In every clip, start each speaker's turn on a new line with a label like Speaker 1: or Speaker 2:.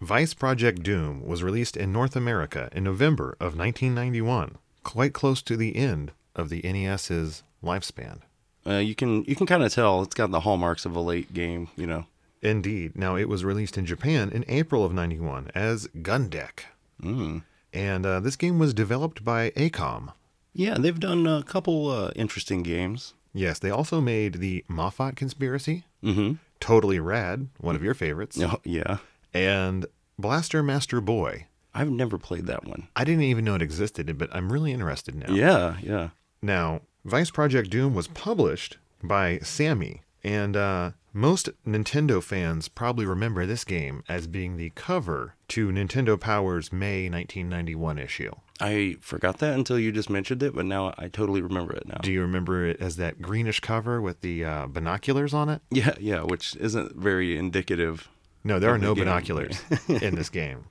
Speaker 1: Vice Project Doom was released in North America in November of 1991, quite close to the end of the NES's lifespan.
Speaker 2: Uh, you can you can kind of tell it's got the hallmarks of a late game, you know.
Speaker 1: Indeed. Now, it was released in Japan in April of 91 as Gundek.
Speaker 2: Mm.
Speaker 1: And uh, this game was developed by ACOM.
Speaker 2: Yeah, they've done a couple uh, interesting games.
Speaker 1: Yes, they also made the Moffat Conspiracy,
Speaker 2: Mm-hmm.
Speaker 1: Totally Rad, one of your favorites,
Speaker 2: Oh, yeah,
Speaker 1: and Blaster Master Boy.
Speaker 2: I've never played that one.
Speaker 1: I didn't even know it existed, but I'm really interested now.
Speaker 2: Yeah, yeah.
Speaker 1: Now, Vice Project Doom was published by Sammy, and uh, most Nintendo fans probably remember this game as being the cover to Nintendo Power's May 1991 issue.
Speaker 2: I forgot that until you just mentioned it, but now I totally remember it now.
Speaker 1: Do you remember it as that greenish cover with the uh, binoculars on it?
Speaker 2: Yeah, yeah, which isn't very indicative.
Speaker 1: No, there are no
Speaker 2: game.
Speaker 1: binoculars in this game.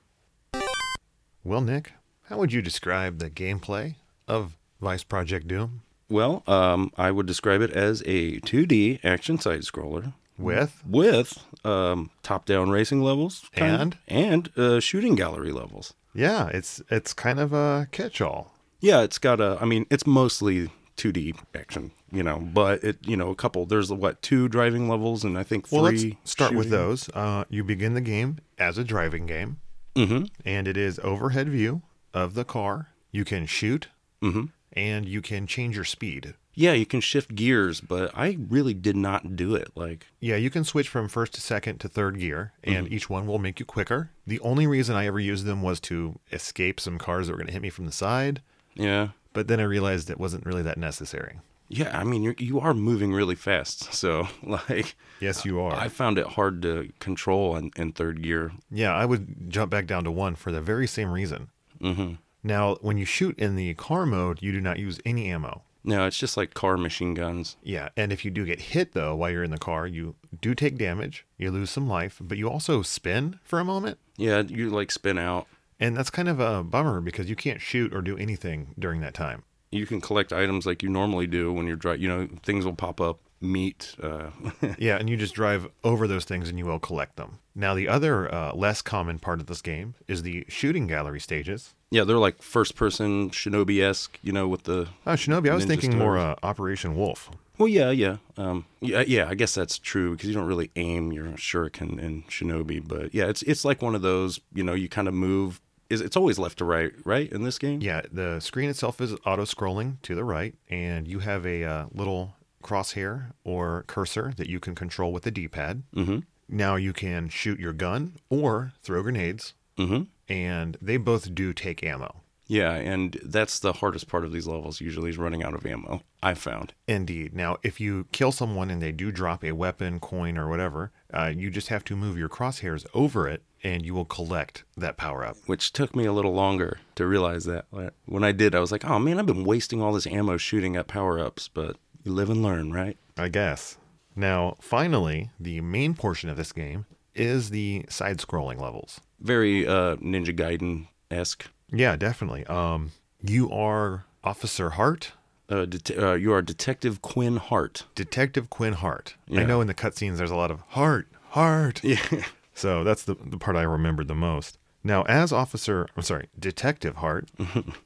Speaker 1: Well, Nick, how would you describe the gameplay of Vice Project Doom
Speaker 2: Well, um, I would describe it as a 2D action side scroller
Speaker 1: with?
Speaker 2: with um, top-down racing levels kind of-
Speaker 1: And?
Speaker 2: and uh, shooting gallery levels.
Speaker 1: Yeah, it's it's kind of a catch-all.
Speaker 2: Yeah, it's got a. I mean, it's mostly 2D action, you know, but it you know a couple. There's what two driving levels and I think three.
Speaker 1: Well, let's start with
Speaker 2: shooting.
Speaker 1: those. Uh, you begin the game as a driving game,
Speaker 2: Mhm.
Speaker 1: and it is overhead view of the car. You can shoot, and you can change your speed.
Speaker 2: mm-hmm. Yeah, you can shift gears, but I really did not do it. Like,
Speaker 1: Yeah, you can switch from first to second to third gear, and each one will make you quicker. The only reason I ever used them was to escape some cars that were going to hit me from the side,
Speaker 2: yeah,
Speaker 1: but then I realized it wasn't really that necessary.
Speaker 2: yeah. I mean, you're, you are moving really fast, so like,
Speaker 1: Yes, you are.
Speaker 2: I found it hard to control in, in third gear.
Speaker 1: yeah, I would jump back down to one for the very same reason. Mm-hmm. Now, when you shoot in the car mode, you do not use any ammo.
Speaker 2: No, it's just like car machine guns.
Speaker 1: Yeah, and if you do get hit though while you're in the car, you do take damage, you lose some life, but you also spin for a moment.
Speaker 2: Yeah, you like spin out.
Speaker 1: And that's kind of a bummer because you can't shoot or do anything during that time.
Speaker 2: You can collect items like you normally do when you're driving. You know, things will pop up, meat. Uh,
Speaker 1: Yeah, and you just drive over those things and you will collect them. Now, the other uh, less common part of this game is the shooting gallery stages.
Speaker 2: yeah, they're like first person shinobi esque. You know, with the
Speaker 1: Oh, Shinobi, I was
Speaker 2: Ninja
Speaker 1: thinking more uh, Operation Wolf.
Speaker 2: well, yeah, yeah, um, yeah, yeah. I guess that's true because you don't really aim your shuriken in shinobi, but yeah, it's it's like one of those. You know, you kind of move. Is it's always left to right, right in this game?
Speaker 1: Yeah, the screen itself is auto scrolling to the right, and you have a uh, little crosshair or cursor that you can control with the D pad. Mm-hmm. Now you can shoot your gun or throw grenades,
Speaker 2: Mm-hmm.
Speaker 1: and they both do take ammo.
Speaker 2: Yeah, and that's the hardest part of these levels. Usually, is running out of ammo. I found.
Speaker 1: Indeed. Now, if you kill someone and they do drop a weapon, coin, or whatever, uh, you just have to move your crosshairs over it and you will collect that power up.
Speaker 2: which took me a little longer to realize that. When I did, I was like, oh man, I've been wasting all this ammo shooting at power ups, but you live and learn, right?
Speaker 1: I guess. Now, finally, the main portion of this game is the side scrolling levels.
Speaker 2: Very uh, Ninja Gaiden esque.
Speaker 1: Yeah, definitely. Um, you are Officer Hart,
Speaker 2: Uh, det- uh, you are Detective Quinn Hart.
Speaker 1: Detective Quinn Hart. I
Speaker 2: Yeah.
Speaker 1: know in the cutscenes there's a lot of Hart, Hart.
Speaker 2: Yeah.
Speaker 1: So that's the, the part I remembered the most. Now, as Officer, I'm sorry, Detective Hart,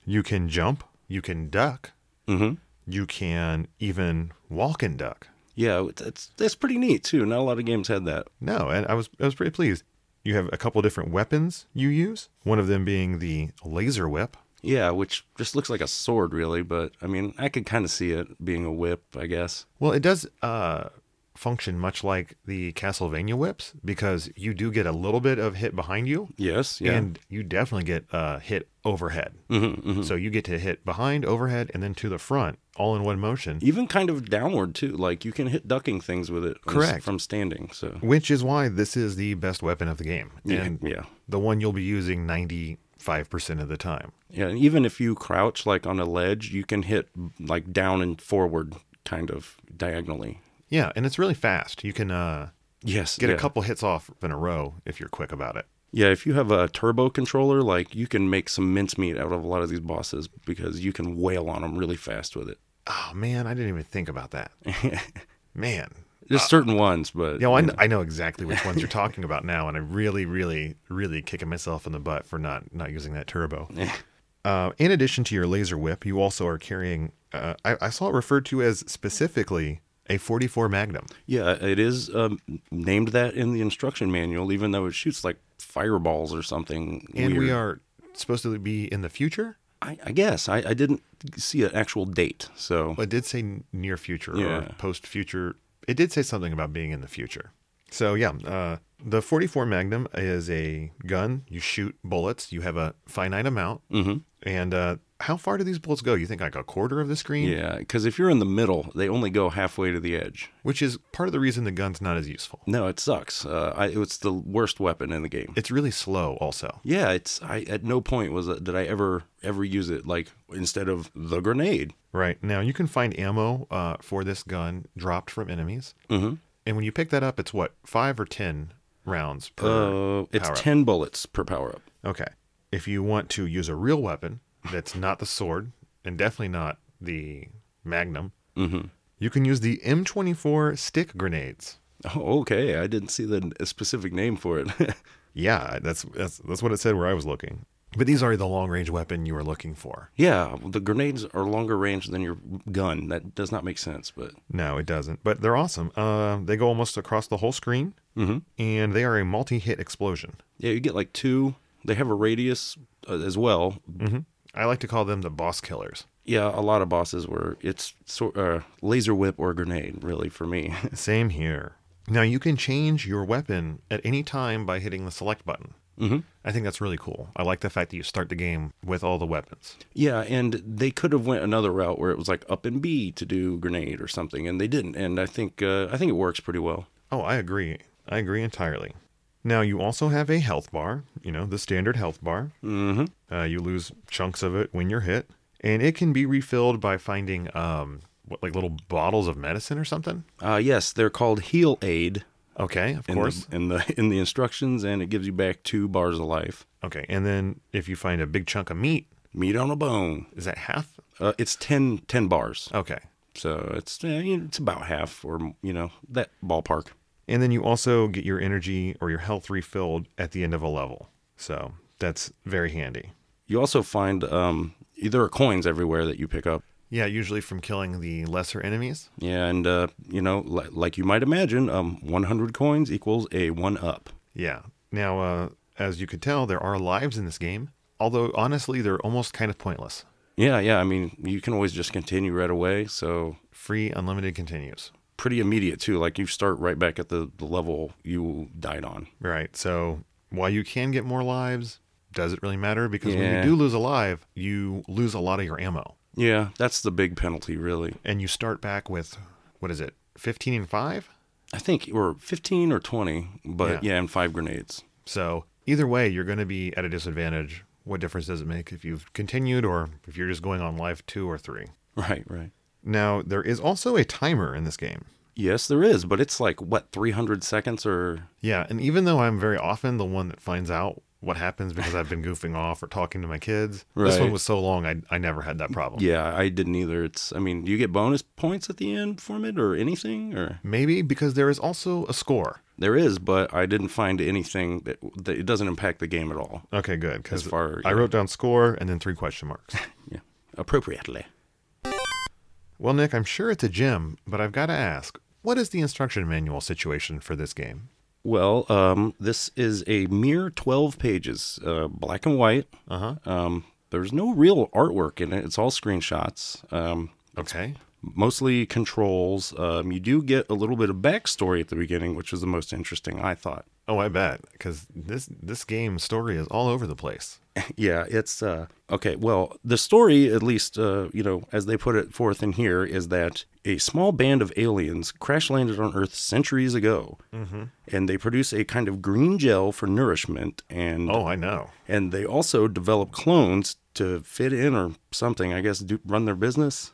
Speaker 1: you can jump, you can duck,
Speaker 2: hmm
Speaker 1: you can even walk and duck.
Speaker 2: Yeah, it's, it's, that's pretty neat too. Not a lot of games had that.
Speaker 1: No, and I was I was pretty pleased. You have a couple different weapons you use. One of them being the laser whip.
Speaker 2: Yeah, which just looks like a sword, really, but I mean, I could kind of see it being a whip, I guess.
Speaker 1: Well, it does uh, function much like the Castlevania whips because you do get a little bit of hit behind you
Speaker 2: Yes. Yeah. Mm-hmm,
Speaker 1: and you definitely get uh, hit overhead. So you get to hit behind, overhead, and then to the front all in one motion,
Speaker 2: Even kind of downward too. Like you can hit ducking things with it. from s-
Speaker 1: Correct.
Speaker 2: From standing. So.
Speaker 1: which is why this is the best weapon of the game
Speaker 2: Yeah,
Speaker 1: and
Speaker 2: yeah.
Speaker 1: the one you'll be using 95% of the time.
Speaker 2: Yeah. And even if you crouch like on a ledge, you can hit like down and forward kind of diagonally.
Speaker 1: Yeah, and it's really fast. You can uh,
Speaker 2: Yes.
Speaker 1: get
Speaker 2: yeah.
Speaker 1: a couple hits off in a row if you're quick about it.
Speaker 2: Yeah, if you have a turbo controller, like you can make some mincemeat out of a lot of these bosses because you can wail on them really fast with it.
Speaker 1: Oh man, I didn't even think about that. man.
Speaker 2: There's certain ones, but
Speaker 1: You know, I, kn- I know exactly which ones you're talking about now, and I'm really, really, really kicking myself in the butt for not not using that turbo. uh, in addition to your laser whip, you also are carrying. Uh, I, I saw it referred to as specifically a 44 Magnum.
Speaker 2: yeah, it is um, named that in the instruction manual, even though it shoots like fireballs or something.
Speaker 1: And we
Speaker 2: weird.
Speaker 1: are supposed to be in the future.
Speaker 2: I, I guess I, I didn't see an actual date, so
Speaker 1: Well, it did say n- near future or
Speaker 2: Yeah.
Speaker 1: post future. It did say something about being in the future. So yeah, uh, the 44 Magnum is a gun. You shoot bullets. You have a finite amount. Mm-hmm. And uh, how far do these bullets go? You think like a quarter of the screen?
Speaker 2: yeah. Because if you're in the middle, they only go halfway to the edge.
Speaker 1: Which is part of the reason the gun's not as useful.
Speaker 2: No, it sucks. Uh, I, it's the worst weapon in the game.
Speaker 1: It's really slow. Also,
Speaker 2: Yeah, it's I at no point was it- did I ever ever use it like instead of the grenade.
Speaker 1: right now you can find ammo uh, for this gun dropped from enemies. Mm-hmm. And when you pick that up, it's what five or ten rounds per.
Speaker 2: Uh, it's
Speaker 1: power up.
Speaker 2: ten bullets per power up.
Speaker 1: Okay. If you want to use a real weapon that's not the sword and definitely not the magnum, you can use the M24 stick grenades.
Speaker 2: Oh, okay, I didn't see the a specific name for it.
Speaker 1: Yeah, that's that's that's what it said where I was looking. But these are the long-range weapon you are looking for.
Speaker 2: yeah, the grenades are longer range than your gun. That does not make sense, but
Speaker 1: No, it doesn't. But they're awesome. Uh, they go almost across the whole screen, and they are a multi-hit explosion.
Speaker 2: yeah, you get like two. They have a radius uh, as well.
Speaker 1: I like to call them the boss killers.
Speaker 2: Yeah, a lot of bosses were it's sort uh, laser whip or grenade really for me.
Speaker 1: Same here. Now you can change your weapon at any time by hitting the select button. Mm-hmm. I think that's really cool. I like the fact that you start the game with all the weapons.
Speaker 2: Yeah, and they could have went another route where it was like up and B to do grenade or something, and they didn't. And I think uh, I think it works pretty well.
Speaker 1: Oh, I agree. I agree entirely. Now you also have a health bar. You know the standard health bar. Mm-hmm. Uh, you lose chunks of it when you're hit, and it can be refilled by finding um what, like little bottles of medicine or something.
Speaker 2: Uh, yes, they're called heal aid.
Speaker 1: Okay, of
Speaker 2: In
Speaker 1: course.
Speaker 2: the, in the in the instructions, and it gives you back two bars of life.
Speaker 1: Okay, and then if you find a big chunk of meat,
Speaker 2: Meat on a bone.
Speaker 1: is that half?
Speaker 2: Uh, it's 10, 10 bars,
Speaker 1: Okay,
Speaker 2: so it's eh, you know, it's about half, or you know that ballpark.
Speaker 1: And then you also get your energy or your health refilled at the end of a level. So that's very handy.
Speaker 2: You also find um, there are coins everywhere that you pick up.
Speaker 1: Yeah, usually from killing the lesser enemies.
Speaker 2: Yeah, and uh, you know, li- like you might imagine, um, one hundred coins equals a one up.
Speaker 1: Yeah. Now, uh, as you could tell, there are lives in this game, although honestly, they're almost kind of pointless.
Speaker 2: Yeah, yeah. I mean, you can always just continue right away. So
Speaker 1: Free unlimited continues.
Speaker 2: pretty immediate too. Like you start right back at the, the level you died on.
Speaker 1: Right. So while you can get more lives, does it really matter? Because when you
Speaker 2: Yeah.
Speaker 1: do lose a live, you lose a lot of your ammo.
Speaker 2: Yeah, that's the big penalty, really.
Speaker 1: And you start back with, what is it, 15 and 5?
Speaker 2: I think or fifteen or twenty, but
Speaker 1: Yeah.
Speaker 2: yeah, and five grenades.
Speaker 1: So either way, you're going to be at a disadvantage. What difference does it make if you've continued or if you're just going on life two or three?
Speaker 2: Right, right.
Speaker 1: Now, there is also a timer in this game.
Speaker 2: Yes, there is, but it's like what three hundred seconds or
Speaker 1: Yeah, and even though I'm very often the one that finds out what happens because I've been goofing off or talking to my kids, this one
Speaker 2: Right.
Speaker 1: was so long, I, I never had that problem.
Speaker 2: yeah, I didn't either. It's I mean, do you get bonus points at the end from it or anything or
Speaker 1: Maybe because there is also a score.
Speaker 2: there is, but I didn't find anything that, that it doesn't impact the game at all.
Speaker 1: Okay, good. Because
Speaker 2: As far-
Speaker 1: I wrote down score and then three question marks.
Speaker 2: Yeah, appropriately.
Speaker 1: well, Nick, I'm sure it's a gym, but I've got to ask what is the instruction manual situation for this game?
Speaker 2: Well, um, this is a mere 12 pages, uh, black and white. Um, there's no real artwork in it. It's all screenshots. Um,
Speaker 1: Okay.
Speaker 2: mostly controls. Um, you do get a little bit of backstory at the beginning, which is the most interesting, I thought.
Speaker 1: Oh, I bet, because this this game's story is all over the place.
Speaker 2: yeah, it's uh, okay. Well, the story, at least, uh, you know, as they put it forth in here, is that a small band of aliens crash landed on Earth centuries ago, and they produce a kind of green gel for nourishment. And
Speaker 1: Oh, I know.
Speaker 2: and they also develop clones to fit in or something. I guess do, run their business.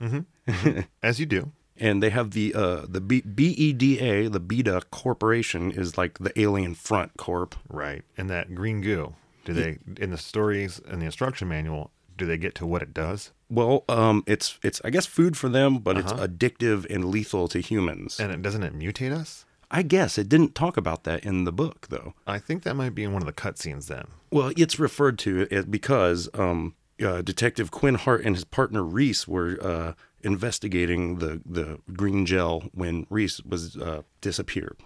Speaker 1: As you do.
Speaker 2: and they have the uh the B- BEDA, the Beta Corporation is like the alien front corp.
Speaker 1: Right. And that green goo. Do they in the stories and the instruction manual? Do they get to what it does?
Speaker 2: Well, um it's it's I guess food for them, but it's addictive and lethal to humans.
Speaker 1: And it doesn't it mutate us?
Speaker 2: I guess it didn't talk about that in the book though.
Speaker 1: I think that might be in one of the cutscenes then.
Speaker 2: Well, it's referred to it because um uh, Detective Quinn Hart and his partner Reese were uh investigating the the green gel when Reese was uh disappeared.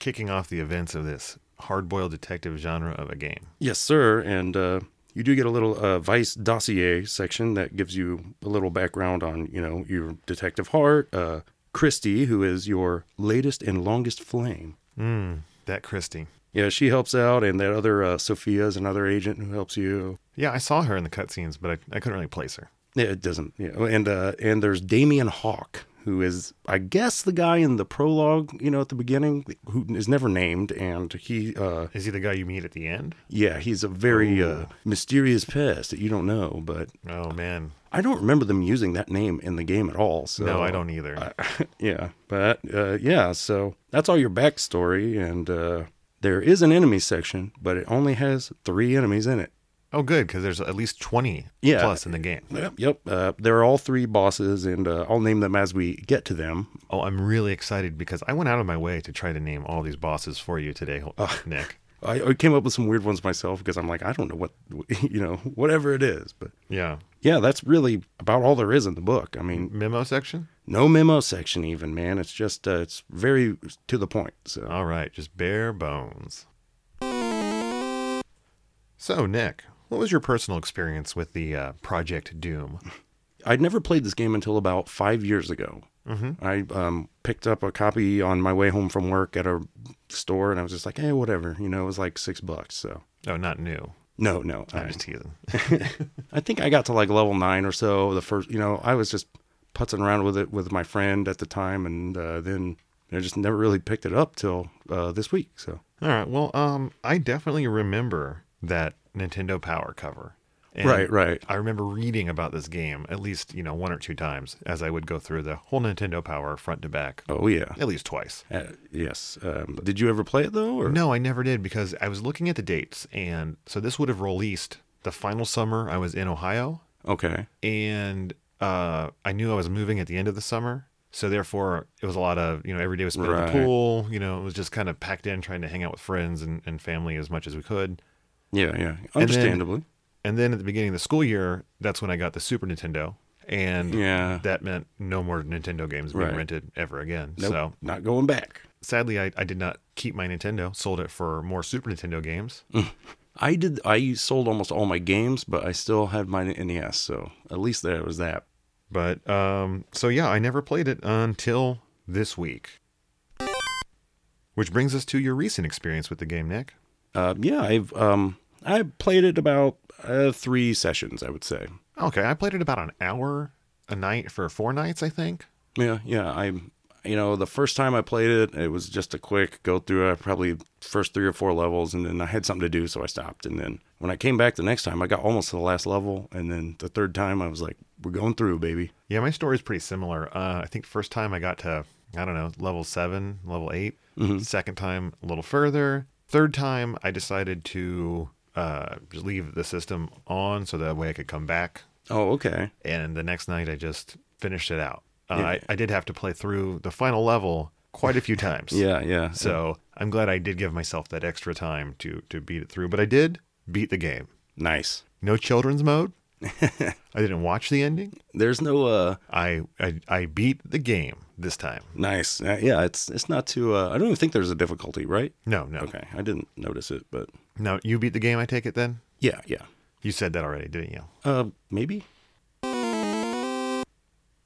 Speaker 1: Kicking off the events of this hard-boiled detective genre of a game.
Speaker 2: Yes, sir. And uh, you do get a little uh, Vice dossier section that gives you a little background on, you know, your Detective Hart, uh, Christy, who is your latest and longest flame.
Speaker 1: Mm, that Christie.
Speaker 2: Yeah, she helps out, and that other uh, Sophia is another agent who helps you.
Speaker 1: Yeah, I saw her in the cutscenes, but I, I couldn't really place her.
Speaker 2: Yeah, it doesn't. Yeah, and uh, and there's Damien Hawk, who is, I guess, the guy in the prologue, you know, at the beginning, who is never named, and he uh,
Speaker 1: Is he the guy you meet at the end?
Speaker 2: Yeah, he's a very uh, mysterious pest that you don't know, but
Speaker 1: Oh man,
Speaker 2: I don't remember them using that name in the game at all. So
Speaker 1: no, I don't either.
Speaker 2: yeah, but uh, yeah, so that's all your backstory, and uh, there is an enemy section, but it only has three enemies in it.
Speaker 1: oh, good, because there's at least twenty
Speaker 2: Yeah.
Speaker 1: plus in the game.
Speaker 2: Yep, yep. Uh, they're all three bosses, and uh, I'll name them as we get to them.
Speaker 1: Oh, I'm really excited because I went out of my way to try to name all these bosses for you today, Nick.
Speaker 2: I, I came up with some weird ones myself because I'm like, I don't know what, you know, whatever it is, but
Speaker 1: Yeah,
Speaker 2: yeah, that's really about all there is in the book. I mean,
Speaker 1: memo section.
Speaker 2: no memo section even man it's just uh, it's very to the point so
Speaker 1: All right, just bare bones. So, Nick, what was your personal experience with the uh, Project Doom?
Speaker 2: i'd never played this game until about five years ago
Speaker 1: Mm-hmm.
Speaker 2: i um, picked up a copy on my way home from work at a store and i was just like hey whatever you know it was like six bucks so
Speaker 1: Oh, not new.
Speaker 2: no no
Speaker 1: I'm
Speaker 2: I,
Speaker 1: just teasing.
Speaker 2: I think i got to like level nine or so the first you know i was just putzing around with it with my friend at the time and uh, then i just never really picked it up till uh, this week so
Speaker 1: All right. Well, um, I definitely remember that Nintendo Power cover. And
Speaker 2: right right
Speaker 1: I remember reading about this game at least, you know, one or two times as I would go through the whole Nintendo Power front to back,
Speaker 2: oh yeah
Speaker 1: at least twice.
Speaker 2: uh, yes um, did you ever play it though or
Speaker 1: No, I never did because I was looking at the dates, and so this would have released the final summer I was in Ohio,
Speaker 2: okay
Speaker 1: and uh, I knew I was moving at the end of the summer. So therefore, it was a lot of you know every day was spent at
Speaker 2: Right.
Speaker 1: the pool. You know, it was just kind of packed in, trying to hang out with friends and, and family as much as we could.
Speaker 2: Yeah, yeah. Understandably.
Speaker 1: And then at the beginning of the school year, that's when I got the Super Nintendo, and
Speaker 2: yeah.
Speaker 1: that meant no more Nintendo games being
Speaker 2: Right.
Speaker 1: rented ever again.
Speaker 2: Nope,
Speaker 1: So
Speaker 2: not going back.
Speaker 1: sadly, I, I did not keep my Nintendo. Sold it for more Super Nintendo games.
Speaker 2: I did I sold almost all my games, but I still had my NES, E so at least there was that.
Speaker 1: But um, so yeah, I never played it until this week. Which brings us to your recent experience with the game, Nick.
Speaker 2: Uh, yeah, I've um I played it about uh, 3 sessions, I would say.
Speaker 1: Okay, I played it about an hour a night for four nights, I think.
Speaker 2: Yeah, yeah, I you know, the first time I played it, it was just a quick go through. I probably first 3 or 4 levels and then I had something to do, so I stopped and then when I came back the next time, I got almost to the last level and then the third time I was like, we're going through, baby.
Speaker 1: Yeah, my story's pretty similar. Uh, I think first time I got to, I don't know, level seven, level 8 Second time, a little further. Third time, I decided to uh, just leave the system on so that way I could come back.
Speaker 2: Oh, okay.
Speaker 1: And the next night, I just finished it out. Uh, I, I did have to play through the final level quite a few times.
Speaker 2: Yeah, yeah.
Speaker 1: So I'm glad I did give myself that extra time to to beat it through. But I did beat the game.
Speaker 2: Nice.
Speaker 1: No children's mode. I didn't watch the ending.
Speaker 2: There's no uh
Speaker 1: I, I I beat the game this time.
Speaker 2: nice. Uh, yeah, it's it's not too uh I don't even think there's a difficulty, right?
Speaker 1: No, no.
Speaker 2: Okay. I didn't notice it, but
Speaker 1: No, you beat the game, I take it then?
Speaker 2: yeah, Uh, yeah.
Speaker 1: You said that already, didn't you?
Speaker 2: Uh maybe.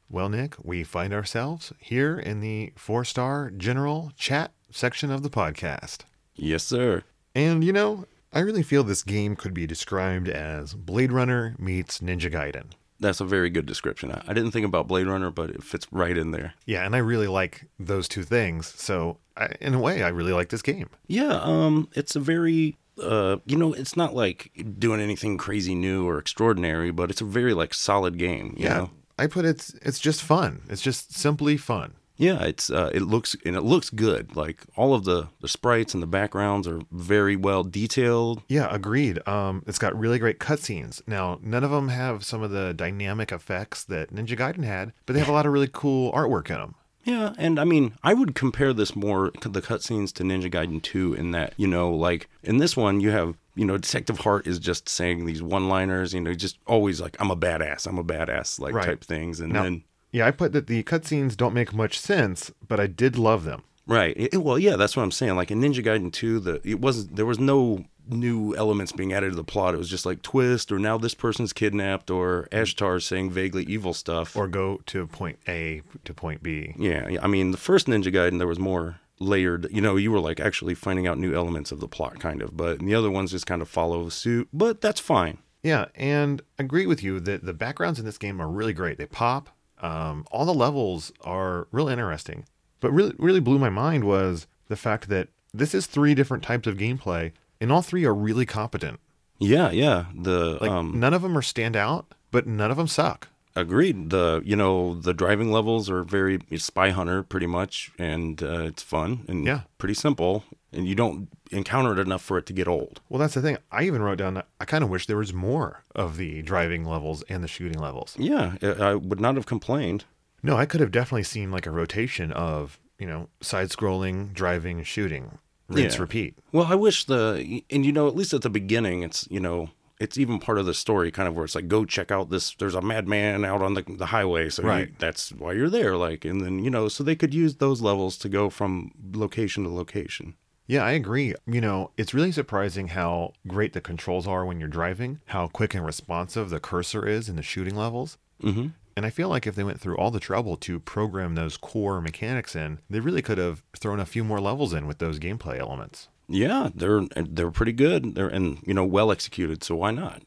Speaker 1: Well, Nick, we find ourselves here in the four star general chat section of the podcast.
Speaker 2: Yes, sir.
Speaker 1: And you know, I really feel this game could be described as Blade Runner meets Ninja Gaiden.
Speaker 2: That's a very good description. I, I didn't think about Blade Runner, but it fits right in there.
Speaker 1: Yeah, and I really like those two things. So, I, in a way, I really like this game.
Speaker 2: Yeah, um, it's a very uh, you know, it's not like doing anything crazy new or extraordinary, but it's a very like solid game. You
Speaker 1: Yeah,
Speaker 2: know?
Speaker 1: I put it's it's just fun. It's just simply fun.
Speaker 2: yeah, it's uh, it looks and it looks good. Like all of the the sprites and the backgrounds are very well detailed.
Speaker 1: Yeah, agreed. Um, it's got really great cutscenes. Now, none of them have some of the dynamic effects that Ninja Gaiden had, but they have a lot of really cool artwork in them.
Speaker 2: Yeah, and I mean, I would compare this more to the cutscenes to Ninja Gaiden 2 in that, you know, like in this one, you have, you know, Detective Hart is just saying these one liners, you know, just always like, I'm a badass, I'm a badass, like
Speaker 1: Right.
Speaker 2: type things. And
Speaker 1: Now,
Speaker 2: then,
Speaker 1: yeah, I put that the cutscenes don't make much sense, but I did love them.
Speaker 2: right. It- well, yeah, that's what I'm saying. Like in Ninja Gaiden 2, the, it wasn't, there was no new elements being added to the plot. It was just like twist, or now this person's kidnapped, or Ashtar is saying vaguely evil stuff.
Speaker 1: Or go to point A to point B.
Speaker 2: Yeah, yeah, I mean, the first Ninja Gaiden there was more layered. You know, you were like actually finding out new elements of the plot, kind of. But the other ones just kind of follow suit. But that's fine.
Speaker 1: Yeah, and agree with you that the backgrounds in this game are really great. They pop. Um, all the levels are real interesting. But really, really blew my mind was the fact that this is three different types of gameplay, and all three are really competent.
Speaker 2: Yeah, yeah. The
Speaker 1: Like
Speaker 2: um,
Speaker 1: none of them are stand out, but none of them suck.
Speaker 2: agreed. The you know the driving levels are very it's Spy Hunter pretty much, and uh, it's fun and
Speaker 1: Yeah.
Speaker 2: pretty simple. And you don't encounter it enough for it to get old.
Speaker 1: Well, that's the thing. I even wrote down. that I kind of wish there was more of the driving levels and the shooting levels.
Speaker 2: Yeah, I I would not have complained.
Speaker 1: No, I could have definitely seen like a rotation of you know side scrolling, driving, shooting, rinse,
Speaker 2: Yeah.
Speaker 1: repeat.
Speaker 2: Well, I wish the and you know at least at the beginning it's you know it's even part of the story kind of where it's like go check out this there's a madman out on the, the highway so you-
Speaker 1: Right.
Speaker 2: that's why you're there like and then you know so they could use those levels to go from location to location.
Speaker 1: Yeah, I agree. You know, it's really surprising how great the controls are when you're driving, how quick and responsive the cursor is in the shooting levels.
Speaker 2: Mhm.
Speaker 1: And I feel like if they went through all the trouble to program those core mechanics in, they really could have thrown a few more levels in with those gameplay elements.
Speaker 2: Yeah, they're they're pretty good. They're and you know well executed, so why not?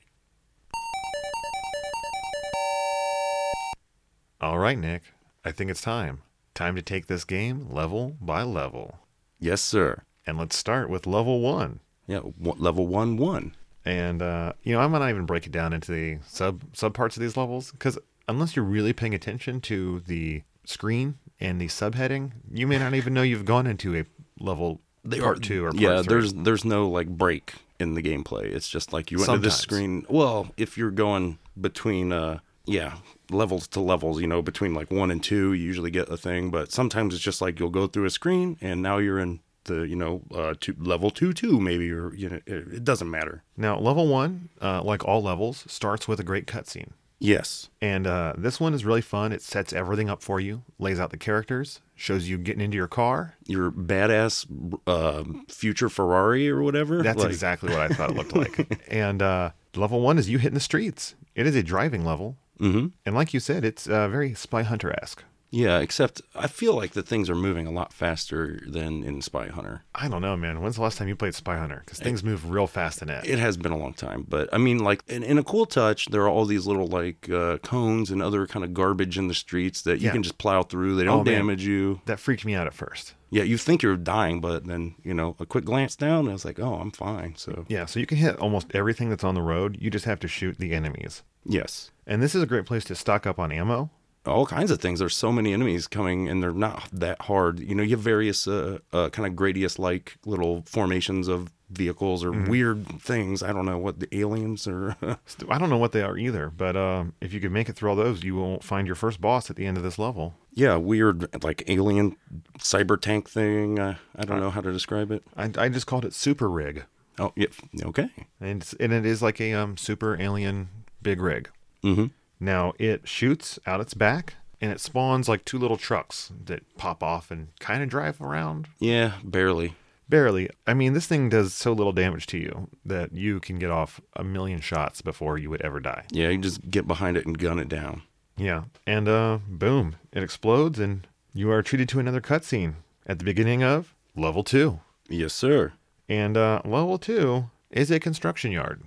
Speaker 1: All right, Nick, I think it's time. Time to take this game level by level.
Speaker 2: Yes, sir.
Speaker 1: And let's start with level one.
Speaker 2: Yeah, w- level 1 1.
Speaker 1: And uh, you know, I'm gonna even break it down into the sub sub parts of these levels because unless you're really paying attention to the screen and the subheading, you may not even know you've gone into a level part two or part
Speaker 2: yeah,
Speaker 1: three.
Speaker 2: there's there's no like break in the gameplay. It's just like you went to this
Speaker 1: Sometimes.
Speaker 2: screen. Well, if you're going between uh yeah, levels to levels, you know, between like 1 and 2, you usually get a thing, but sometimes it's just like you'll go through a screen and now you're in the, you know, uh two, level 2 2 maybe or you know, it, it doesn't matter.
Speaker 1: now level one, uh, like all levels, starts with a great cutscene.
Speaker 2: Yes.
Speaker 1: And uh, this one is really fun. It sets everything up for you, lays out the characters, shows you getting into your car.
Speaker 2: Your badass uh, future Ferrari or whatever.
Speaker 1: That's
Speaker 2: like,
Speaker 1: exactly what I thought it looked like. and uh, level one is you hitting the streets. It is a driving level. Mm-hmm. And like you said, it's uh, very Spy Hunter esque.
Speaker 2: Yeah, except I feel like the things are moving a lot faster than in Spy Hunter.
Speaker 1: I don't know, man. When's the last time you played Spy Hunter? Because things move real fast in it.
Speaker 2: it has been a long time but i mean like in, in a cool touch there are all these little like uh, cones and other kind of garbage in the streets that you
Speaker 1: Yeah.
Speaker 2: can just plow through they don't
Speaker 1: Oh, man.
Speaker 2: damage you
Speaker 1: That freaked me out at first.
Speaker 2: yeah you think you're dying but then you know a quick glance down and it's like oh i'm fine so
Speaker 1: Yeah, so you can hit almost everything that's on the road. You just have to shoot the enemies.
Speaker 2: yes
Speaker 1: And this is a great place to stock up on ammo.
Speaker 2: all kinds of things there's so many enemies coming and they're not that hard you know you have various uh, uh, kind of gradius like little formations of vehicles
Speaker 1: Mm-hmm.
Speaker 2: or weird things i don't know what the aliens or
Speaker 1: St- I don't know what they are either, but um, if you could make it through all those, you won't find your first boss at the end of this level.
Speaker 2: yeah weird like alien cyber tank thing uh, i don't know how to describe it
Speaker 1: I, I just called it Super Rig.
Speaker 2: Oh, yep. Okay.
Speaker 1: And, it's, and it is like a um, super alien big rig.
Speaker 2: Mm-hmm.
Speaker 1: Now it shoots out its back and it spawns like two little trucks that pop off and kind of drive around
Speaker 2: Yeah, barely.
Speaker 1: Barely. I mean, this thing does so little damage to you that you can get off a million shots before you would ever die.
Speaker 2: Yeah, you just get behind it and gun it down.
Speaker 1: Yeah. And uh, boom, it explodes, and you are treated to another cutscene at the beginning of level two.
Speaker 2: Yes, sir.
Speaker 1: And uh, level two is a construction yard.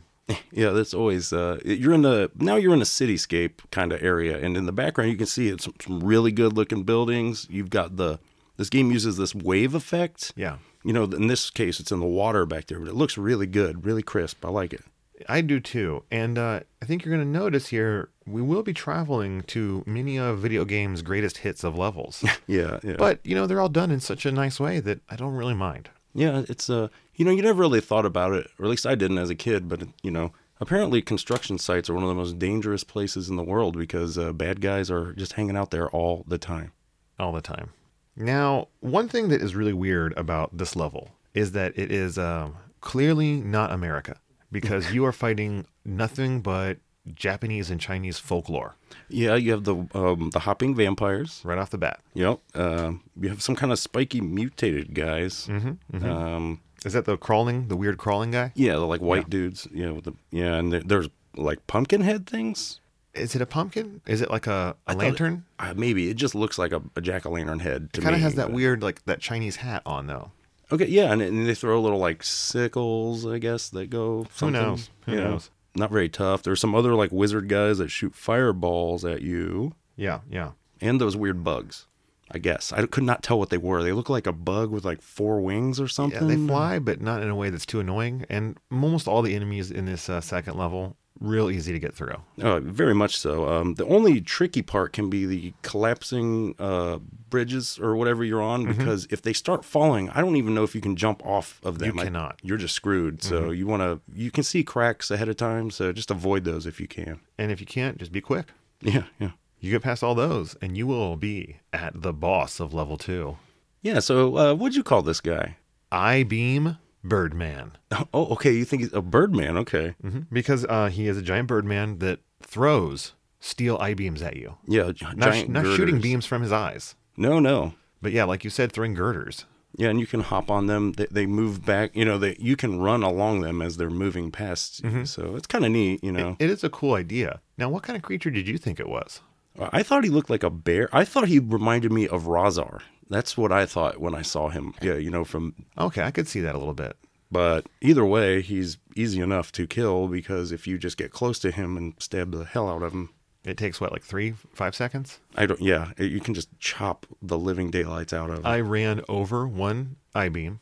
Speaker 2: Yeah, that's always uh, you're in a now you're in a cityscape kind of area, and in the background you can see it's some really good looking buildings. You've got the this game uses this wave effect.
Speaker 1: Yeah.
Speaker 2: You know, in this case, it's in the water back there, but it looks really good, really crisp. I like it.
Speaker 1: I do too. And uh, I think you're going to notice here we will be traveling to many of video games' greatest hits of levels.
Speaker 2: Yeah, yeah.
Speaker 1: but, you know, they're all done in such a nice way that I don't really mind.
Speaker 2: Yeah, it's uh you know, you never really thought about it, or at least I didn't as a kid, but you know, apparently construction sites are one of the most dangerous places in the world because uh, bad guys are just hanging out there all the time.
Speaker 1: all the time. Now, one thing that is really weird about this level is that it is um, clearly not America because you are fighting nothing but Japanese and Chinese folklore
Speaker 2: Yeah, you have the um the hopping vampires.
Speaker 1: right off the bat.
Speaker 2: Yep. Um you have some kind of spiky mutated guys. Mm-hmm, Um
Speaker 1: Is that the crawling, the weird crawling guy?
Speaker 2: yeah, the like white dudes. Yeah, with the yeah, and there, there's like pumpkin head things.
Speaker 1: Is it a pumpkin? Is it like a, a
Speaker 2: thought it-
Speaker 1: lantern?
Speaker 2: Uh, maybe it just looks like a, a jack o' lantern head. to
Speaker 1: It kind of
Speaker 2: me,
Speaker 1: has that
Speaker 2: but-
Speaker 1: weird, like that Chinese hat on though.
Speaker 2: Okay, yeah, and, and they throw little like sickles, I guess, that go. something,
Speaker 1: knows? Who
Speaker 2: you know,
Speaker 1: knows?
Speaker 2: Not very tough. There's some other like wizard guys that shoot fireballs at you,
Speaker 1: Yeah, yeah.
Speaker 2: and those weird bugs. I guess I could not tell what they were. They look like a bug with like four wings or
Speaker 1: Yeah,
Speaker 2: something.
Speaker 1: they fly, but not in a way that's too annoying. And almost all the enemies in this uh, second level, real easy to get through.
Speaker 2: Uh, very much so. Um, the only tricky part can be the collapsing uh, bridges or whatever you're on,
Speaker 1: Mm-hmm.
Speaker 2: because if they start falling, I don't even know if you can jump off of them. I-
Speaker 1: cannot. Mm-hmm.
Speaker 2: you're just screwed. So you want to. You can see cracks ahead of time, so just avoid those if you can.
Speaker 1: And if you can't, just be quick.
Speaker 2: Yeah, yeah,
Speaker 1: You get past all those, and you will be at the boss of level two.
Speaker 2: yeah. So uh, what'd you call this guy?
Speaker 1: I beam Birdman
Speaker 2: Oh, okay. You think he's a Birdman? Okay.
Speaker 1: because uh, he is a giant Birdman that throws steel I beams at you.
Speaker 2: Yeah, gi-
Speaker 1: Not, sh-
Speaker 2: giant
Speaker 1: not shooting
Speaker 2: girders.
Speaker 1: beams from his eyes,
Speaker 2: No, no.
Speaker 1: but yeah, like you said, throwing girders.
Speaker 2: Yeah, and you can hop on them. They, they move back. You know, they you can run along them as they're moving past.
Speaker 1: Mm-hmm.
Speaker 2: you. So it's kind of neat. You know.
Speaker 1: It is a cool idea. Now, what kind of creature did you think it was?
Speaker 2: Uh, I thought he looked like a bear. I thought he reminded me of Razar. That's what I thought when I saw him. Yeah, you know, from
Speaker 1: Okay, I could see that a little bit.
Speaker 2: but either way, he's easy enough to kill because if you just get close to him and stab the hell out of him,
Speaker 1: It takes what, like three, five seconds?
Speaker 2: I don't yeah, eh, you can just chop the living daylights out of. him.
Speaker 1: I ran over one I beam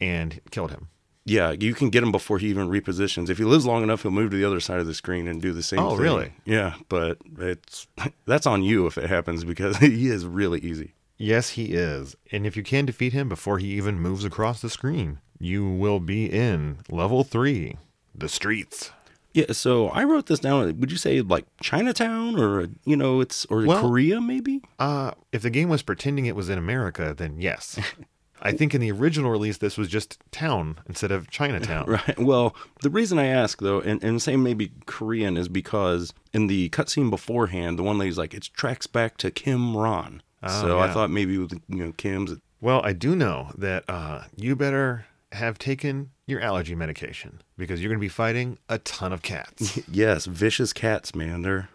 Speaker 1: and killed him.
Speaker 2: yeah, you can get him before he even repositions. If he lives long enough, he'll move to the other side of the screen and do the same
Speaker 1: Oh,
Speaker 2: thing.
Speaker 1: really?
Speaker 2: Yeah, but it's that's on you if it happens because he is really easy.
Speaker 1: Yes, he is. And if you can defeat him before he even moves across the screen, you will be in level three, the streets.
Speaker 2: Yeah, so I wrote this down. Would you say like Chinatown or you know it's or
Speaker 1: Well-
Speaker 2: Korea maybe?
Speaker 1: Uh, if the game was pretending it was in America, then yes. I think in the original release, this was just town instead of Chinatown.
Speaker 2: Right. Well, the reason I ask though, and, and same maybe Korean, is because in the cutscene beforehand, the one lady's like, "It tracks back to Kim Ron." so I
Speaker 1: yeah.
Speaker 2: thought maybe with you know Kim's.
Speaker 1: Well, I do know that uh, you better have taken your allergy medication because you're going to be fighting a ton of cats.
Speaker 2: Yes, vicious cats, man. They're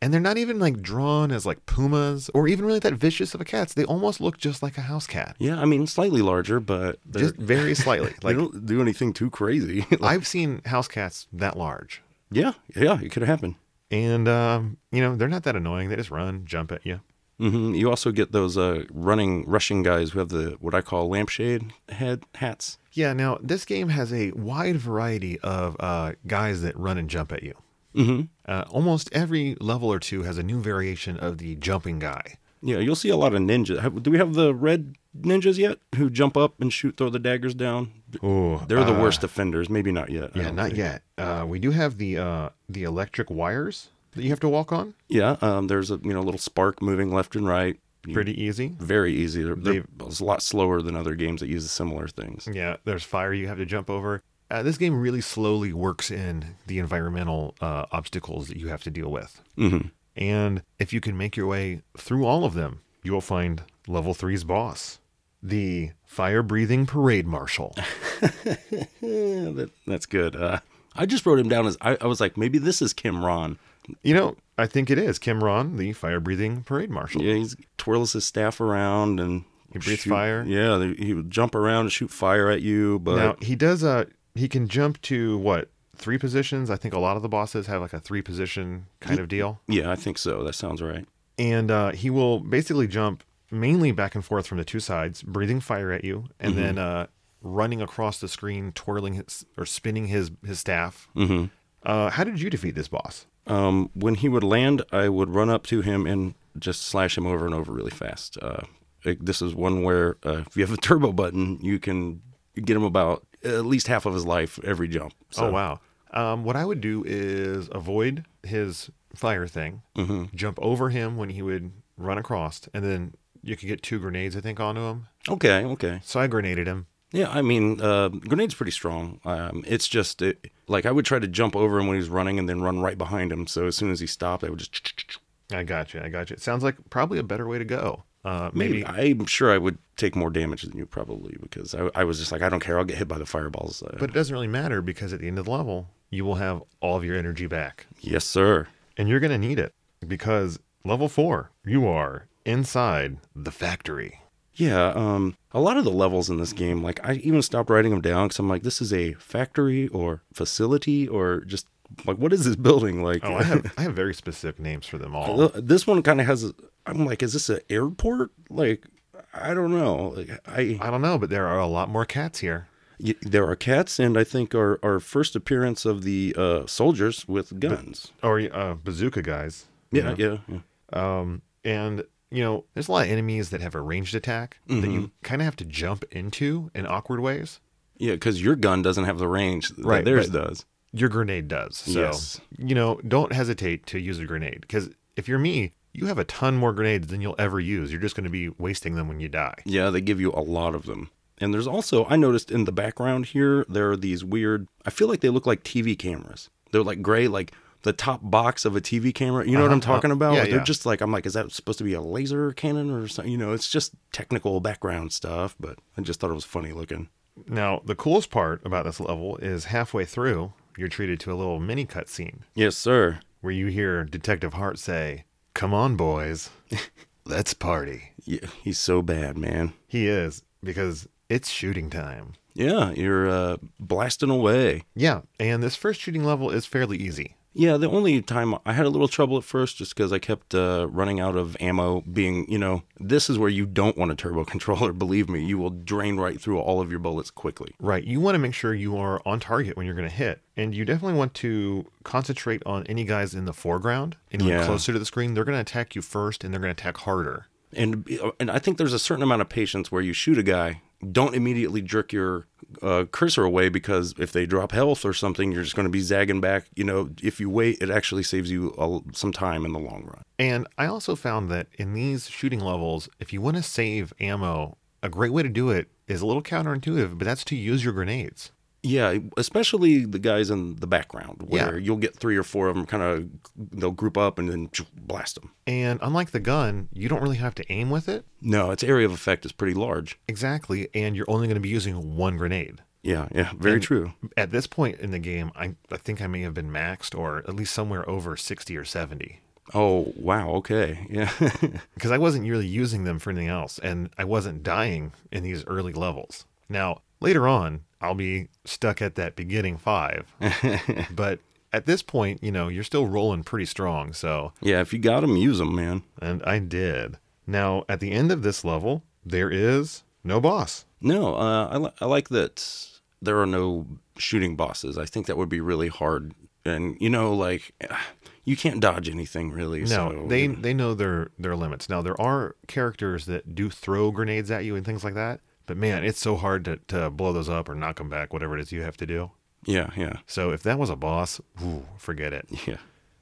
Speaker 1: and they're not even like drawn as like pumas or even really that vicious of a cats. They almost look just like a house cat,
Speaker 2: yeah. I mean, slightly larger, but they're,
Speaker 1: just very slightly.
Speaker 2: they don't do anything too crazy.
Speaker 1: I've seen house cats that large,
Speaker 2: yeah, yeah, it could happen.
Speaker 1: and um, you know they're not that annoying. They just run, jump at you.
Speaker 2: hmm You also get those uh, running, rushing guys who have the what I call lampshade head hats.
Speaker 1: Yeah. Now this game has a wide variety of uh, guys that run and jump at you.
Speaker 2: Mm-hmm.
Speaker 1: Uh, almost every level or two has a new variation of the jumping guy.
Speaker 2: Yeah, you'll see a lot of ninjas. Have, do we have the red ninjas yet? Who jump up and shoot, throw the daggers down?
Speaker 1: Oh,
Speaker 2: They're the worst offenders. Maybe not yet. I
Speaker 1: Yeah,
Speaker 2: don't
Speaker 1: not
Speaker 2: think.
Speaker 1: yet. Uh, we do have the uh, the electric wires that you have to walk on.
Speaker 2: Yeah, um, there's a you know little spark moving left and right. You-
Speaker 1: Pretty easy.
Speaker 2: Very easy. They're, they're it's a lot slower than other games that use similar things.
Speaker 1: Yeah, there's fire you have to jump over. Uh, this game really slowly works in the environmental uh, obstacles that you have to deal with.
Speaker 2: hmm
Speaker 1: And if you can make your way through all of them, you will find level three's boss, the fire breathing parade marshal.
Speaker 2: Yeah, that, that's good. Uh, I just wrote him down as I, I was like maybe this is Kim Ron.
Speaker 1: you know, I think it is Kim Ron, the fire breathing parade marshal.
Speaker 2: Yeah, he twirls his staff around and
Speaker 1: He breathes fire.
Speaker 2: Yeah, they, he would jump around and shoot fire at you, but
Speaker 1: now he does uh he can jump to what three positions. I think a lot of the bosses have like a three position kind of deal,
Speaker 2: yeah, I think so. That sounds right.
Speaker 1: and uh, he will basically jump mainly back and forth from the two sides, breathing fire at you, and then uh, running across the screen, twirling his or spinning his his staff.
Speaker 2: hmm
Speaker 1: Uh, how did you defeat this boss?
Speaker 2: Um, when he would land, I would run up to him and just slash him over and over really fast. Uh, it- this is one where uh, if you have a turbo button, you can get him about at least half of his life every jump. So
Speaker 1: oh wow! Um, what I would do is avoid his fire thing, jump over him when he would run across, and then you could get two grenades I think onto him.
Speaker 2: okay, okay.
Speaker 1: So I grenaded him.
Speaker 2: Yeah, I mean, uh, grenade's pretty strong. Um, it's just it, like I would try to jump over him when he's running and then run right behind him. So as soon as he stopped, I would just
Speaker 1: I got you. I got you. It sounds like probably a better way to go. Uh, maybe.
Speaker 2: I'm sure I would take more damage than you probably because I, I was just like, I don't care. I'll get hit by the fireballs. Uh,
Speaker 1: But it doesn't really matter because at the end of the level, you will have all of your energy back.
Speaker 2: yes, sir.
Speaker 1: And you're going to need it because level four, you are inside the factory.
Speaker 2: Yeah, um, a lot of the levels in this game, like I even stopped writing them down because I'm like, this is a factory or facility or just like, what is this building like?
Speaker 1: Oh, I have, I have very specific names for them all.
Speaker 2: Th- this one kind of has. A, I'm like, is this an airport? Like, I don't know. Like, I
Speaker 1: I don't know, but there are a lot more cats here.
Speaker 2: y- there are cats, and I think our our first appearance of the uh, soldiers with guns.
Speaker 1: Or uh, bazooka guys. you
Speaker 2: yeah,
Speaker 1: know?
Speaker 2: yeah, yeah.
Speaker 1: Um, and, you know, there's a lot of enemies that have a ranged attack that you kind of have to jump into in awkward ways.
Speaker 2: Yeah, because your gun doesn't have the range that
Speaker 1: Right,
Speaker 2: theirs
Speaker 1: but-
Speaker 2: does.
Speaker 1: your grenade does. So,
Speaker 2: Yes.
Speaker 1: you know, don't hesitate to use a grenade because if you're me, you have a ton more grenades than you'll ever use. You're just going to be wasting them when you die.
Speaker 2: Yeah, they give you a lot of them. And there's also, I noticed in the background here, there are these weird, I feel like they look like TV cameras. They're like gray, like the top box of a TV camera. You know what I'm talking
Speaker 1: Uh-huh. Uh,
Speaker 2: about?
Speaker 1: Yeah,
Speaker 2: Like, they're
Speaker 1: yeah.
Speaker 2: just like, I'm like, is that supposed to be a laser cannon or something? You know, it's just technical background stuff, but I just thought it was funny looking.
Speaker 1: Now, the coolest part about this level is halfway through, you're treated to a little mini cutscene
Speaker 2: Yes, sir.
Speaker 1: where you hear Detective Hart say, Come on, boys, let's party.
Speaker 2: Yeah, he's so bad, man.
Speaker 1: He is because it's shooting time.
Speaker 2: Yeah, you're uh, blasting away.
Speaker 1: Yeah, and this first shooting level is fairly easy.
Speaker 2: Yeah, the only time I had a little trouble at first just because I kept uh, running out of ammo, being, you know, this is where you don't want a turbo controller. Believe me, you will drain right through all of your bullets quickly.
Speaker 1: Right. You want to make sure you are on target when you're going to hit. And you definitely want to concentrate on any guys in the foreground, anyone
Speaker 2: Yeah.
Speaker 1: closer to the screen. They're going to attack you first and they're going to attack harder.
Speaker 2: And, uh, and I think there's a certain amount of patience where you shoot a guy, don't immediately jerk your uh, cursor away because if they drop health or something, you're just going to be zagging back. You know, if you wait, it actually saves you a, some time in the long run.
Speaker 1: And I also found that in these shooting levels, if you want to save ammo, a great way to do it is a little counterintuitive, but that's to use your grenades.
Speaker 2: Yeah, especially the guys in the background where
Speaker 1: Yeah.
Speaker 2: you'll get three or four of them kind of they'll group up and then blast them.
Speaker 1: And unlike the gun, you don't really have to aim with it.
Speaker 2: No, its area of effect is pretty large.
Speaker 1: Exactly. And you're only going to be using one grenade.
Speaker 2: Yeah, yeah, very true.
Speaker 1: At this point in the game, I, I think I may have been maxed or at least somewhere over 60 or 70.
Speaker 2: Oh, wow. Okay. Yeah.
Speaker 1: because I wasn't really using them for anything else, and I wasn't dying in these early levels. Now, later on, I'll be stuck at that beginning five, but at this point, you know, you're still rolling pretty strong, so,
Speaker 2: yeah, if you got them, use them, man.
Speaker 1: and I did. Now, at the end of this level, there is no boss.
Speaker 2: No, uh, I, li- I like that there are no shooting bosses. I think that would be really hard. And, you know, like, you can't dodge anything really.
Speaker 1: No,
Speaker 2: so.
Speaker 1: they they know their their limits. Now there are characters that do throw grenades at you and things like that, but man, it's so hard to, to blow those up or knock them back, whatever it is you have to do.
Speaker 2: Yeah, yeah,
Speaker 1: So if that was a boss, ooh, forget it.
Speaker 2: yeah.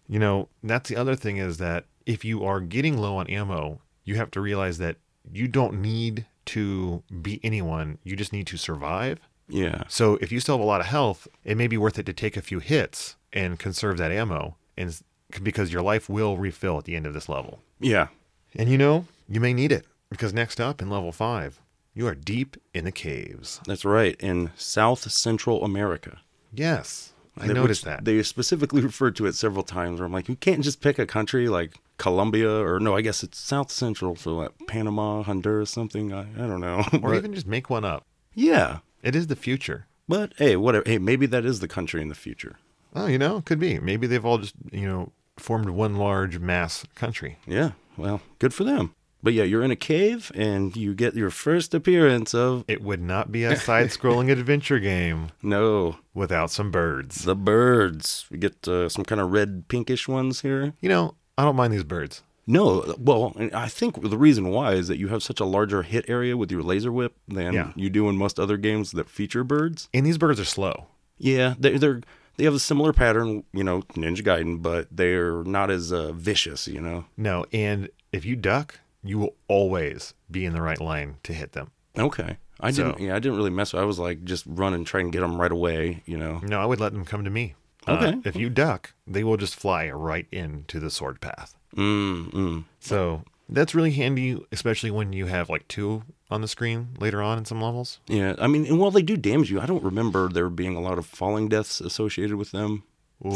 Speaker 1: You know, that's the other thing is that if you are getting low on ammo, you have to realize that you don't need to beat anyone. You just need to survive.
Speaker 2: Yeah.
Speaker 1: So if you still have a lot of health, it may be worth it to take a few hits and conserve that ammo, and s- because your life will refill at the end of this level.
Speaker 2: Yeah.
Speaker 1: And you know, you may need it because next up in level five, you are deep in the caves.
Speaker 2: That's right. In South Central America.
Speaker 1: Yes, I noticed that.
Speaker 2: They specifically referred to it several times where I'm like, you can't just pick a country like Colombia or no, I guess it's South Central, so like Panama, Honduras, something. I, I don't know.
Speaker 1: Or
Speaker 2: But-
Speaker 1: even just make one up.
Speaker 2: yeah.
Speaker 1: It is the future.
Speaker 2: But hey, whatever. Hey, maybe that is the country in the future.
Speaker 1: Oh, you know, could be. Maybe they've all just, you know, formed one large mass country.
Speaker 2: Yeah. Well, good for them. But yeah, you're in a cave and you get your first appearance of
Speaker 1: It would not be a side scrolling adventure game
Speaker 2: no,
Speaker 1: without some birds.
Speaker 2: the birds. We get uh, some kind of red pinkish ones here.
Speaker 1: You know, I don't mind these birds.
Speaker 2: No, well, and I think the reason why is that you have such a larger hit area with your laser whip than
Speaker 1: Yeah.
Speaker 2: you do in most other games that feature birds.
Speaker 1: And these birds are slow.
Speaker 2: Yeah, they they're they have a similar pattern, you know, to Ninja Gaiden, but they're not as uh, vicious, you know.
Speaker 1: No, and if you duck, you will always be in the right line to hit them.
Speaker 2: Okay. I
Speaker 1: So-
Speaker 2: didn't yeah, I didn't really mess with I was like just run and try and get them right away, you know.
Speaker 1: No, I would let them come to me. Uh,
Speaker 2: Okay.
Speaker 1: if you duck, they will just fly right into the sword path.
Speaker 2: Mm, mm.
Speaker 1: So that's really handy, especially when you have like two on the screen later on in some levels.
Speaker 2: Yeah, I mean, and while they do damage you, I don't remember there being a lot of falling deaths associated with them.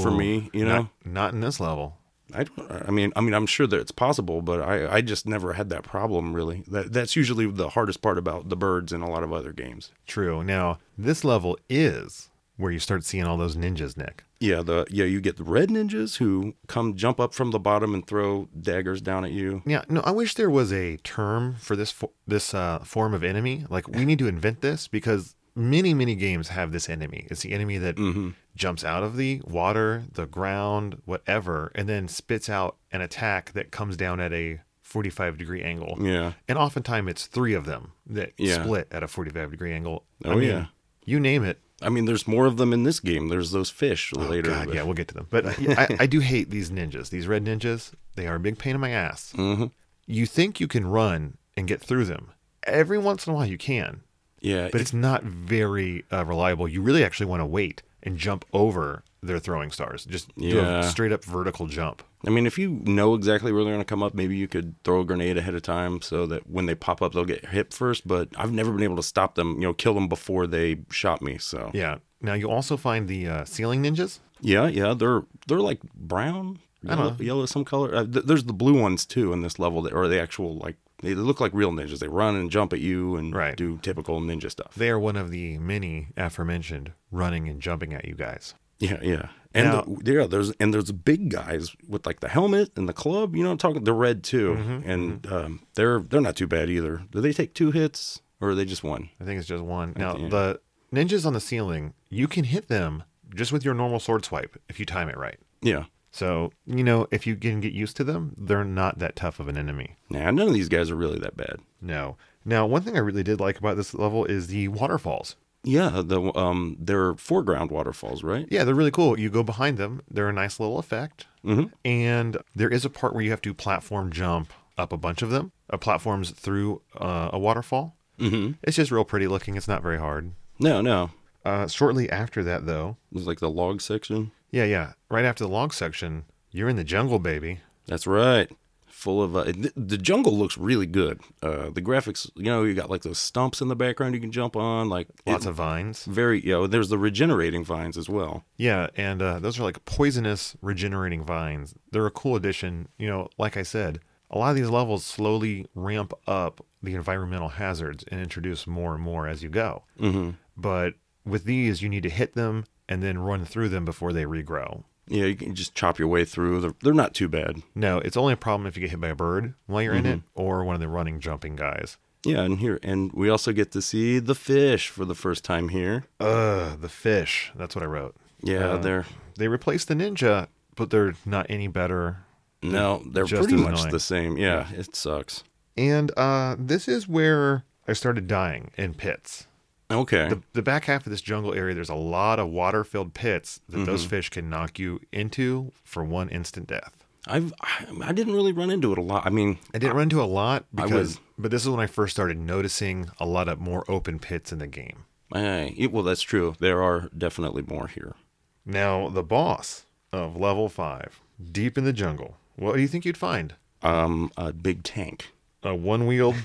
Speaker 2: for
Speaker 1: Ooh,
Speaker 2: me, you know,
Speaker 1: Not, not in this level.
Speaker 2: I don't. I mean, I mean, I'm sure that it's possible, but I, I just never had that problem. Really, that that's usually the hardest part about the birds in a lot of other games.
Speaker 1: True. Now, this level is where you start seeing all those ninjas, Nick.
Speaker 2: Yeah, the yeah, you get the red ninjas who come jump up from the bottom and throw daggers down at you.
Speaker 1: Yeah, no, I wish there was a term for this fo- this uh, form of enemy. Like we need to invent this because many many games have this enemy. It's the enemy that
Speaker 2: Mm-hmm.
Speaker 1: jumps out of the water, the ground, whatever, and then spits out an attack that comes down at a 45 degree angle.
Speaker 2: Yeah,
Speaker 1: And oftentimes it's three of them that
Speaker 2: Yeah.
Speaker 1: split at a 45 degree angle.
Speaker 2: Oh, yeah.
Speaker 1: You name it.
Speaker 2: I mean, there's more of them in this game. There's those fish later.
Speaker 1: Oh, God,
Speaker 2: but-
Speaker 1: yeah, we'll get to them. But I, I, I do hate these ninjas. These red ninjas, they are a big pain in my ass.
Speaker 2: Mhm.
Speaker 1: You think you can run and get through them. Every once in a while you can,
Speaker 2: yeah,
Speaker 1: but it's not very uh, reliable. You really actually want to wait and jump over their throwing stars. Just do
Speaker 2: Yeah.
Speaker 1: a straight up vertical jump.
Speaker 2: I mean, if you know exactly where they're going to come up, maybe you could throw a grenade ahead of time so that when they pop up, they'll get hit first. But I've never been able to stop them, you know, kill them before they shot me. So
Speaker 1: Yeah. Now you also find the uh, ceiling ninjas.
Speaker 2: yeah, yeah, they're they're like brown,
Speaker 1: I don't
Speaker 2: yellow, yellow some color. Uh, th- there's the blue ones too in this level that are the actual like they look like real ninjas. They run and jump at you and
Speaker 1: Right.
Speaker 2: do typical ninja stuff.
Speaker 1: They are one of the many aforementioned running and jumping at you guys.
Speaker 2: Yeah, yeah. And
Speaker 1: Now-
Speaker 2: the, yeah, there's and there's big guys with like the helmet and the club. You know, what I'm talking they're red too,
Speaker 1: Mm-hmm,
Speaker 2: and Um, they're they're not too bad either. Do they take two hits or are they just one?
Speaker 1: I think it's just one. Now
Speaker 2: think-
Speaker 1: the ninjas on the ceiling, you can hit them just with your normal sword swipe if you time it right.
Speaker 2: Yeah.
Speaker 1: So you know if you can get used to them, they're not that tough of an enemy.
Speaker 2: Nah, none of these guys are really that bad.
Speaker 1: No. Now one thing I really did like about this level is the waterfalls.
Speaker 2: Yeah, the um, they're foreground waterfalls, right?
Speaker 1: Yeah, they're really cool. You go behind them; they're a nice little effect. Mm-hmm. And there is a part where you have to platform jump up a bunch of them. Uh, platforms through uh, a waterfall. Mm-hmm. It's just real pretty looking. It's not very hard.
Speaker 2: No, no,
Speaker 1: Uh, shortly after that, though,
Speaker 2: it's like the log section.
Speaker 1: Yeah, yeah. Right after the log section, you're in the jungle, baby.
Speaker 2: That's right. Full of uh, th- the jungle looks really good. Uh, the graphics, you know, you got like those stumps in the background you can jump on, like
Speaker 1: Lots of vines.
Speaker 2: very. You know, there's the regenerating vines as well.
Speaker 1: Yeah, and uh, those are like poisonous regenerating vines. They're a cool addition. You know, like I said, a lot of these levels slowly ramp up the environmental hazards and introduce more and more as you go. Mm-hmm. But with these, you need to hit them and then run through them before they regrow.
Speaker 2: Yeah, you can just chop your way through. They're, they're not too bad.
Speaker 1: No, it's only a problem if you get hit by a bird while you're in it or one of the running, jumping guys.
Speaker 2: Yeah, and here and we also get to see the fish for the first time here.
Speaker 1: Ugh, the fish. That's what I wrote.
Speaker 2: Yeah, they're
Speaker 1: they replaced the ninja, but they're not any better.
Speaker 2: no, they're
Speaker 1: just
Speaker 2: pretty
Speaker 1: as
Speaker 2: much
Speaker 1: annoying.
Speaker 2: the same. Yeah, it sucks.
Speaker 1: And uh, this is where I started dying in pits.
Speaker 2: Okay.
Speaker 1: The, the back half of this jungle area, there's a lot of water filled pits that
Speaker 2: Mm-hmm.
Speaker 1: those fish can knock you into for one instant death.
Speaker 2: I've I, I didn't really run into it a lot. I mean,
Speaker 1: I didn't run into a lot
Speaker 2: I
Speaker 1: because,
Speaker 2: was-
Speaker 1: but this is when I first started noticing a lot of more open pits in the game.
Speaker 2: eh, it- well, that's true. There are definitely more here.
Speaker 1: Now, the boss of level five, deep in the jungle, what do you think you'd find?
Speaker 2: Um, a big tank.
Speaker 1: A one wheeled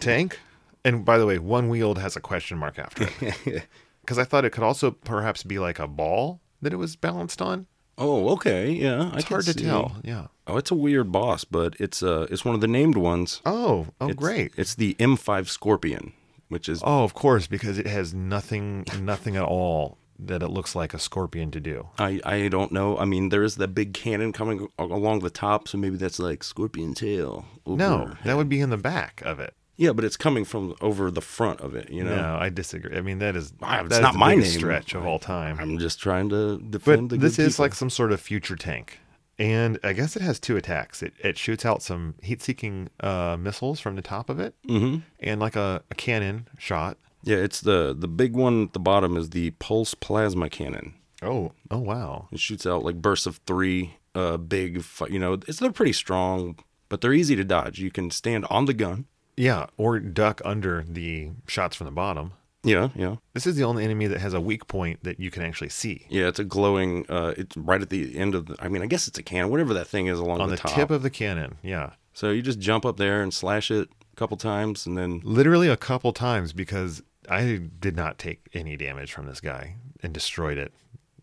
Speaker 1: tank? And by the way, one wheeled has a question mark after it. Because I thought it could also perhaps be like a ball that it was balanced on.
Speaker 2: Oh, okay. Yeah,
Speaker 1: It's hard to tell. Yeah.
Speaker 2: Oh, it's a weird boss, but it's uh, it's one of the named ones.
Speaker 1: Oh, oh,
Speaker 2: It's-
Speaker 1: great.
Speaker 2: It's the M5 Scorpion, which is
Speaker 1: Oh, of course, because it has nothing, nothing at all that it looks like a scorpion to do.
Speaker 2: I I don't know. I mean, there is that big cannon coming a- along the top, so maybe that's like Scorpion tail. over-
Speaker 1: No, that would be in the back of it.
Speaker 2: Yeah, but it's coming from over the front of it. You know.
Speaker 1: No, I disagree. I mean, that is
Speaker 2: Ah, it's
Speaker 1: that is
Speaker 2: not
Speaker 1: the
Speaker 2: my
Speaker 1: biggest
Speaker 2: name.
Speaker 1: stretch of all time.
Speaker 2: I'm just trying to defend
Speaker 1: But
Speaker 2: the.
Speaker 1: this
Speaker 2: good
Speaker 1: is
Speaker 2: people.
Speaker 1: like some sort of future tank. And I guess it has two attacks. It, it shoots out some heat seeking uh, missiles from the top of it
Speaker 2: Mm-hmm.
Speaker 1: and like a, a cannon shot.
Speaker 2: yeah, it's the the big one at the bottom is the pulse plasma cannon.
Speaker 1: Oh, oh, wow.
Speaker 2: It shoots out like bursts of three, uh, big. fi- You know, it's they're pretty strong, but they're easy to dodge. You can stand on the gun.
Speaker 1: Yeah, or duck under the shots from the bottom.
Speaker 2: Yeah, yeah,
Speaker 1: This is the only enemy that has a weak point that you can actually see.
Speaker 2: yeah. It's a glowing. Uh, it's right at the end of. The, I mean, I guess it's a cannon, whatever that thing is along
Speaker 1: On the,
Speaker 2: top.
Speaker 1: tip of the cannon, yeah.
Speaker 2: So you just jump up there and slash it a couple times, and then
Speaker 1: Literally a couple times because I did not take any damage from this guy and destroyed it.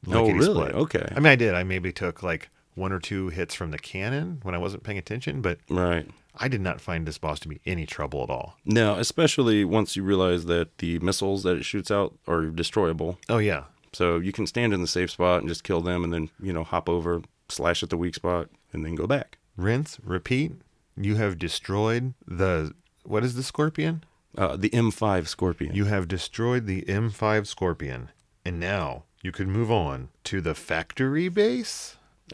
Speaker 2: Oh,
Speaker 1: lickety-split.
Speaker 2: really? Okay.
Speaker 1: I mean, I did. I maybe took like one or two hits from the cannon when I wasn't paying attention, but
Speaker 2: right.
Speaker 1: I did not find this boss to be any trouble at all.
Speaker 2: Now, especially once you realize that the missiles that it shoots out are destroyable,
Speaker 1: Oh yeah,
Speaker 2: so you can stand in the safe spot and just kill them, and then you know hop over, slash at the weak spot, and then go back.
Speaker 1: rinse, repeat. You have destroyed the what is the scorpion?
Speaker 2: Uh, the M5 Scorpion.
Speaker 1: You have destroyed the M5 Scorpion, and now you can move on to the factory base.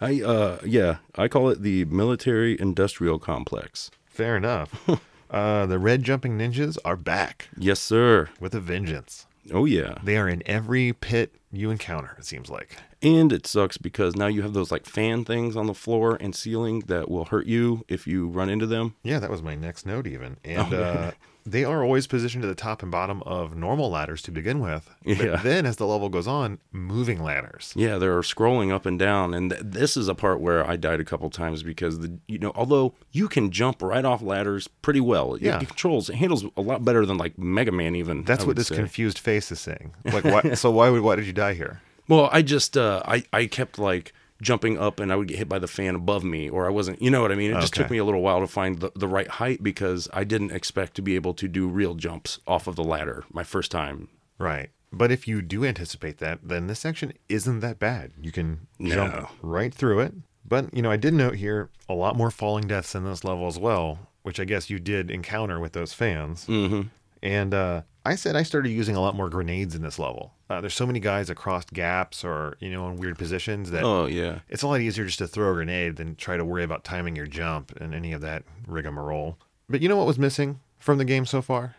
Speaker 2: I uh yeah, I call it the military industrial complex.
Speaker 1: Fair enough. uh, the red jumping ninjas are back
Speaker 2: Yes, sir.
Speaker 1: with a vengeance.
Speaker 2: Oh yeah.
Speaker 1: They are in every pit you encounter. It seems like.
Speaker 2: And it sucks because now you have those like fan things on the floor and ceiling that will hurt you if you run into them.
Speaker 1: Yeah, that was my next note even.
Speaker 2: Oh,
Speaker 1: And uh, they are always positioned at the top and bottom of normal ladders to begin with.
Speaker 2: Yeah.
Speaker 1: But then as the level goes on, moving ladders.
Speaker 2: Yeah, they're scrolling up and down, and th- this is a part where I died a couple times because the you know although you can jump right off ladders pretty well, It-
Speaker 1: Yeah.
Speaker 2: it controls it handles a lot better than like Mega Man even.
Speaker 1: That's
Speaker 2: I
Speaker 1: what
Speaker 2: would
Speaker 1: this
Speaker 2: say.
Speaker 1: confused face is saying. Like, why, so why would why did you die here?
Speaker 2: well, I just uh, I I kept like jumping up and I would get hit by the fan above me, or I wasn't. You know what I mean? It just took
Speaker 1: Okay.
Speaker 2: me a little while to find the, the right height because I didn't expect to be able to do real jumps off of the ladder my first time.
Speaker 1: Right. But if you do anticipate that, then this section isn't that bad. You can jump
Speaker 2: No.
Speaker 1: right through it. But you know, I did note here a lot more falling deaths in this level as well, which I guess you did encounter with those fans. Mm-hmm. And uh, I said I started using a lot more grenades in this level. Uh, there's so many guys across gaps or you know in weird positions that
Speaker 2: Oh yeah.
Speaker 1: it's a lot easier just to throw a grenade than try to worry about timing your jump and any of that rigmarole. But you know what was missing from the game so far?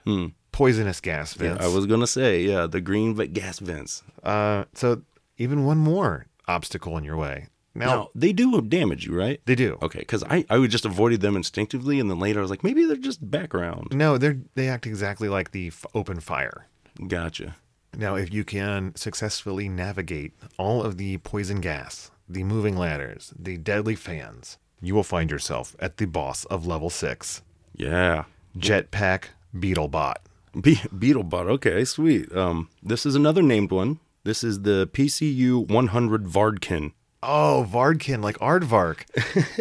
Speaker 1: Poisonous gas, Vince.
Speaker 2: Hmm. I was gonna say, yeah, the green v- gas vents.
Speaker 1: Uh, so even one more obstacle in your way. Now
Speaker 2: Now they do damage you, right?
Speaker 1: they do.
Speaker 2: Okay, because I, I would just avoided them instinctively, and then later I was like, maybe they're just background.
Speaker 1: No, they are they act exactly like the f- open fire.
Speaker 2: Gotcha.
Speaker 1: Now, if you can successfully navigate all of the poison gas, the moving ladders, the deadly fans, you will find yourself at the boss of level six,
Speaker 2: Yeah.
Speaker 1: Jetpack Beetlebot.
Speaker 2: Be- Beetlebot. Okay, sweet. Um, this is another named one. This is the PCU 100 Vardkin.
Speaker 1: Oh, Vardkin, like Aardvark.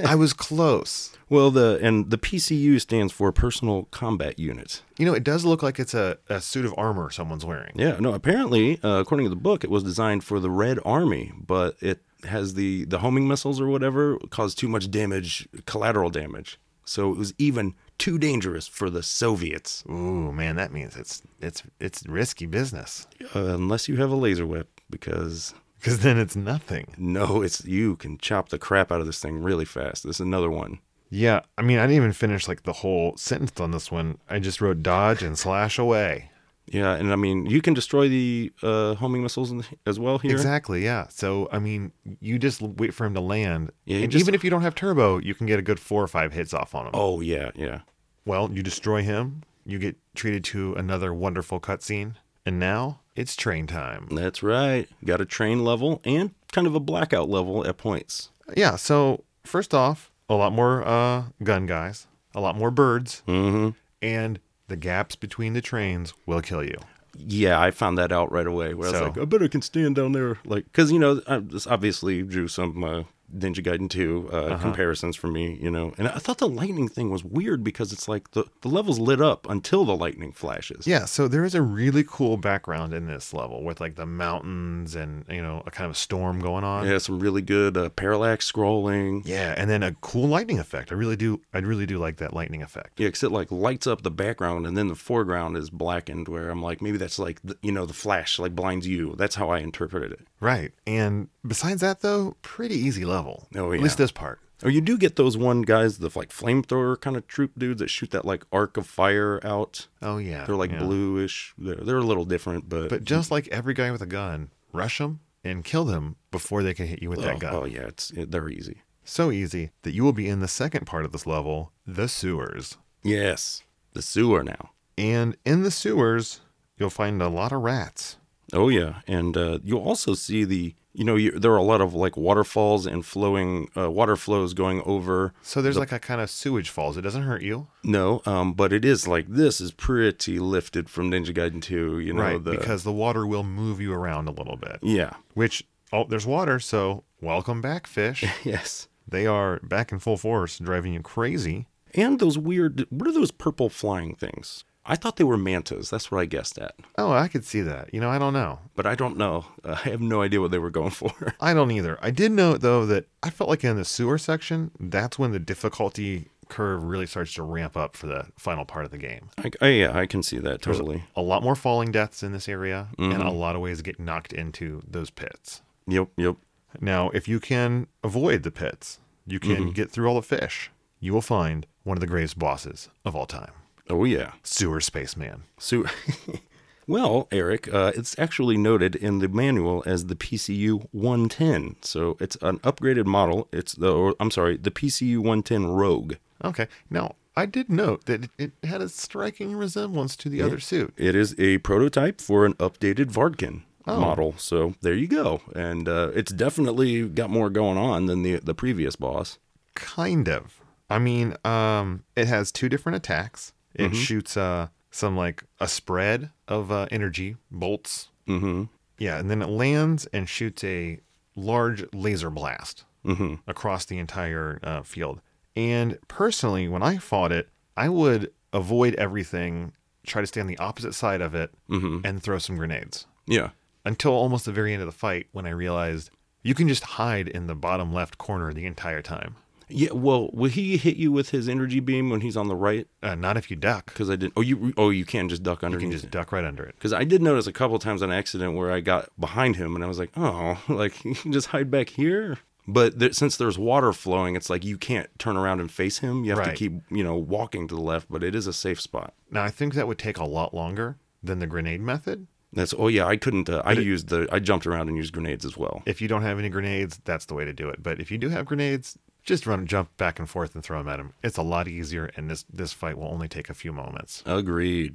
Speaker 1: I was close.
Speaker 2: Well, the and the PCU stands for Personal Combat Unit.
Speaker 1: You know, it does look like it's a, a suit of armor someone's wearing.
Speaker 2: Yeah. No. Apparently, uh, according to the book, it was designed for the Red Army, but it has the the homing missiles or whatever caused too much damage, collateral damage. So it was even too dangerous for the Soviets.
Speaker 1: Ooh, man, that means it's it's it's risky business.
Speaker 2: Uh, unless you have a laser whip, because
Speaker 1: Because then it's nothing.
Speaker 2: no, it's you can chop the crap out of this thing really fast. This is another one.
Speaker 1: Yeah, I mean, I didn't even finish like the whole sentence on this one. I just wrote dodge and slash away.
Speaker 2: Yeah, and I mean you can destroy the uh, homing missiles in- as well here.
Speaker 1: Exactly. Yeah. So I mean, you just l- wait for him to land,
Speaker 2: Yeah, you
Speaker 1: and
Speaker 2: just-
Speaker 1: even if you don't have turbo, you can get a good four or five hits off on him.
Speaker 2: Oh yeah, yeah.
Speaker 1: Well, you destroy him, you get treated to another wonderful cutscene, and now it's train time.
Speaker 2: That's right. Got a train level and kind of a blackout level at points.
Speaker 1: Yeah. So first off, a lot more uh, gun guys, a lot more birds,
Speaker 2: Mm-hmm.
Speaker 1: and the gaps between the trains will kill you.
Speaker 2: yeah, I found that out right away. Where I
Speaker 1: So-
Speaker 2: was like, I bet I can stand down there, like, because you know, I this obviously drew some uh, Ninja Gaiden two uh,
Speaker 1: Uh-huh.
Speaker 2: comparisons for me, you know. And I thought the lightning thing was weird because it's like the the level's lit up until the lightning flashes.
Speaker 1: Yeah, so there is a really cool background in this level with like the mountains and you know a kind of storm going on.
Speaker 2: It has some really good uh, parallax scrolling.
Speaker 1: Yeah, and then a cool lightning effect. I really do. I really do like that lightning effect.
Speaker 2: Yeah, because it like lights up the background and then the foreground is blackened. Where I'm like, maybe that's like the, you know the flash like blinds you. That's how I interpreted it.
Speaker 1: Right. And besides that, though, pretty easy level.
Speaker 2: Oh,
Speaker 1: At
Speaker 2: yeah.
Speaker 1: least this part.
Speaker 2: Oh, you do get those one guys, the like flamethrower kind of troop dudes that shoot that like arc of fire out.
Speaker 1: Oh yeah.
Speaker 2: They're like
Speaker 1: yeah.
Speaker 2: bluish. They're they're a little different, but,
Speaker 1: But just like every guy with a gun, rush them and kill them before they can hit you with
Speaker 2: oh,
Speaker 1: that gun.
Speaker 2: oh yeah, it's it, they're easy.
Speaker 1: So easy that you will be in the second part of this level, the sewers.
Speaker 2: Yes, the sewer now.
Speaker 1: And in the sewers, you'll find a lot of rats.
Speaker 2: Oh yeah, and uh, you'll also see the you know you, there are a lot of like waterfalls and flowing uh, water flows going over.
Speaker 1: So there's like a kind of sewage falls. It doesn't hurt you,
Speaker 2: No, um, but it is like this is pretty lifted from Ninja Gaiden 2, you know
Speaker 1: right?
Speaker 2: the
Speaker 1: Because the water will move you around a little bit.
Speaker 2: yeah,
Speaker 1: Which oh, there's water, so welcome back, fish.
Speaker 2: yes.
Speaker 1: they are back in full force, driving you crazy.
Speaker 2: And those weird what are those purple flying things? I thought they were mantas. That's what I guessed at,
Speaker 1: Oh, I could see that. You know, I don't know.
Speaker 2: but I don't know. Uh, I have no idea what they were going for.
Speaker 1: I don't either. I did note though that I felt like in the sewer section, that's when the difficulty curve really starts to ramp up for the final part of the game.
Speaker 2: I, I, yeah, I can see that totally.
Speaker 1: A lot more falling deaths in this area, and
Speaker 2: Mm-hmm.
Speaker 1: a lot of ways to get knocked into those pits.
Speaker 2: Yep, yep.
Speaker 1: Now, if you can avoid the pits, you can get through all the fish. You will find one of the greatest bosses of all time,
Speaker 2: Oh yeah.
Speaker 1: Sewer Spaceman.
Speaker 2: So, well, Eric, uh, it's actually noted in the manual as the PCU 110. So it's an upgraded model. It's the, or, I'm sorry, the PCU 110 Rogue.
Speaker 1: Okay. Now, I did note that it, it had a striking resemblance to the other suit.
Speaker 2: It is a prototype for an updated Vardkin model. So there you go. And uh, it's definitely got more going on than the the previous boss.
Speaker 1: Kind of. I mean, um, it has two different attacks. It shoots uh, some like a spread of uh, energy bolts.
Speaker 2: Mm-hmm.
Speaker 1: Yeah, and then it lands and shoots a large laser blast
Speaker 2: Mm-hmm.
Speaker 1: across the entire uh, field. And personally, when I fought it, I would avoid everything, try to stay on the opposite side of it, and throw some grenades
Speaker 2: Yeah.
Speaker 1: until almost the very end of the fight when I realized you can just hide in the bottom left corner the entire time.
Speaker 2: Yeah. Well, will he hit you with his energy beam when he's on the right?
Speaker 1: Uh, not if you duck.
Speaker 2: Because I didn't. Oh, you. Oh, you can just duck
Speaker 1: You
Speaker 2: underneath.
Speaker 1: can just duck right under it.
Speaker 2: Because I did notice a couple times on accident where I got behind him and I was like, oh, like you can just hide back here. But there, since there's water flowing, it's like you can't turn around and face him. You have to
Speaker 1: Right.
Speaker 2: keep, you know, walking to the left, but it is a safe spot.
Speaker 1: Now, I think that would take a lot longer than the grenade method.
Speaker 2: That's, oh yeah, I couldn't, uh, I used the, I jumped around and used grenades as well.
Speaker 1: If you don't have any grenades, that's the way to do it. But if you do have grenades, just run, jump back and forth and throw them at him. It's a lot easier, and this, this fight will only take a few moments.
Speaker 2: Agreed.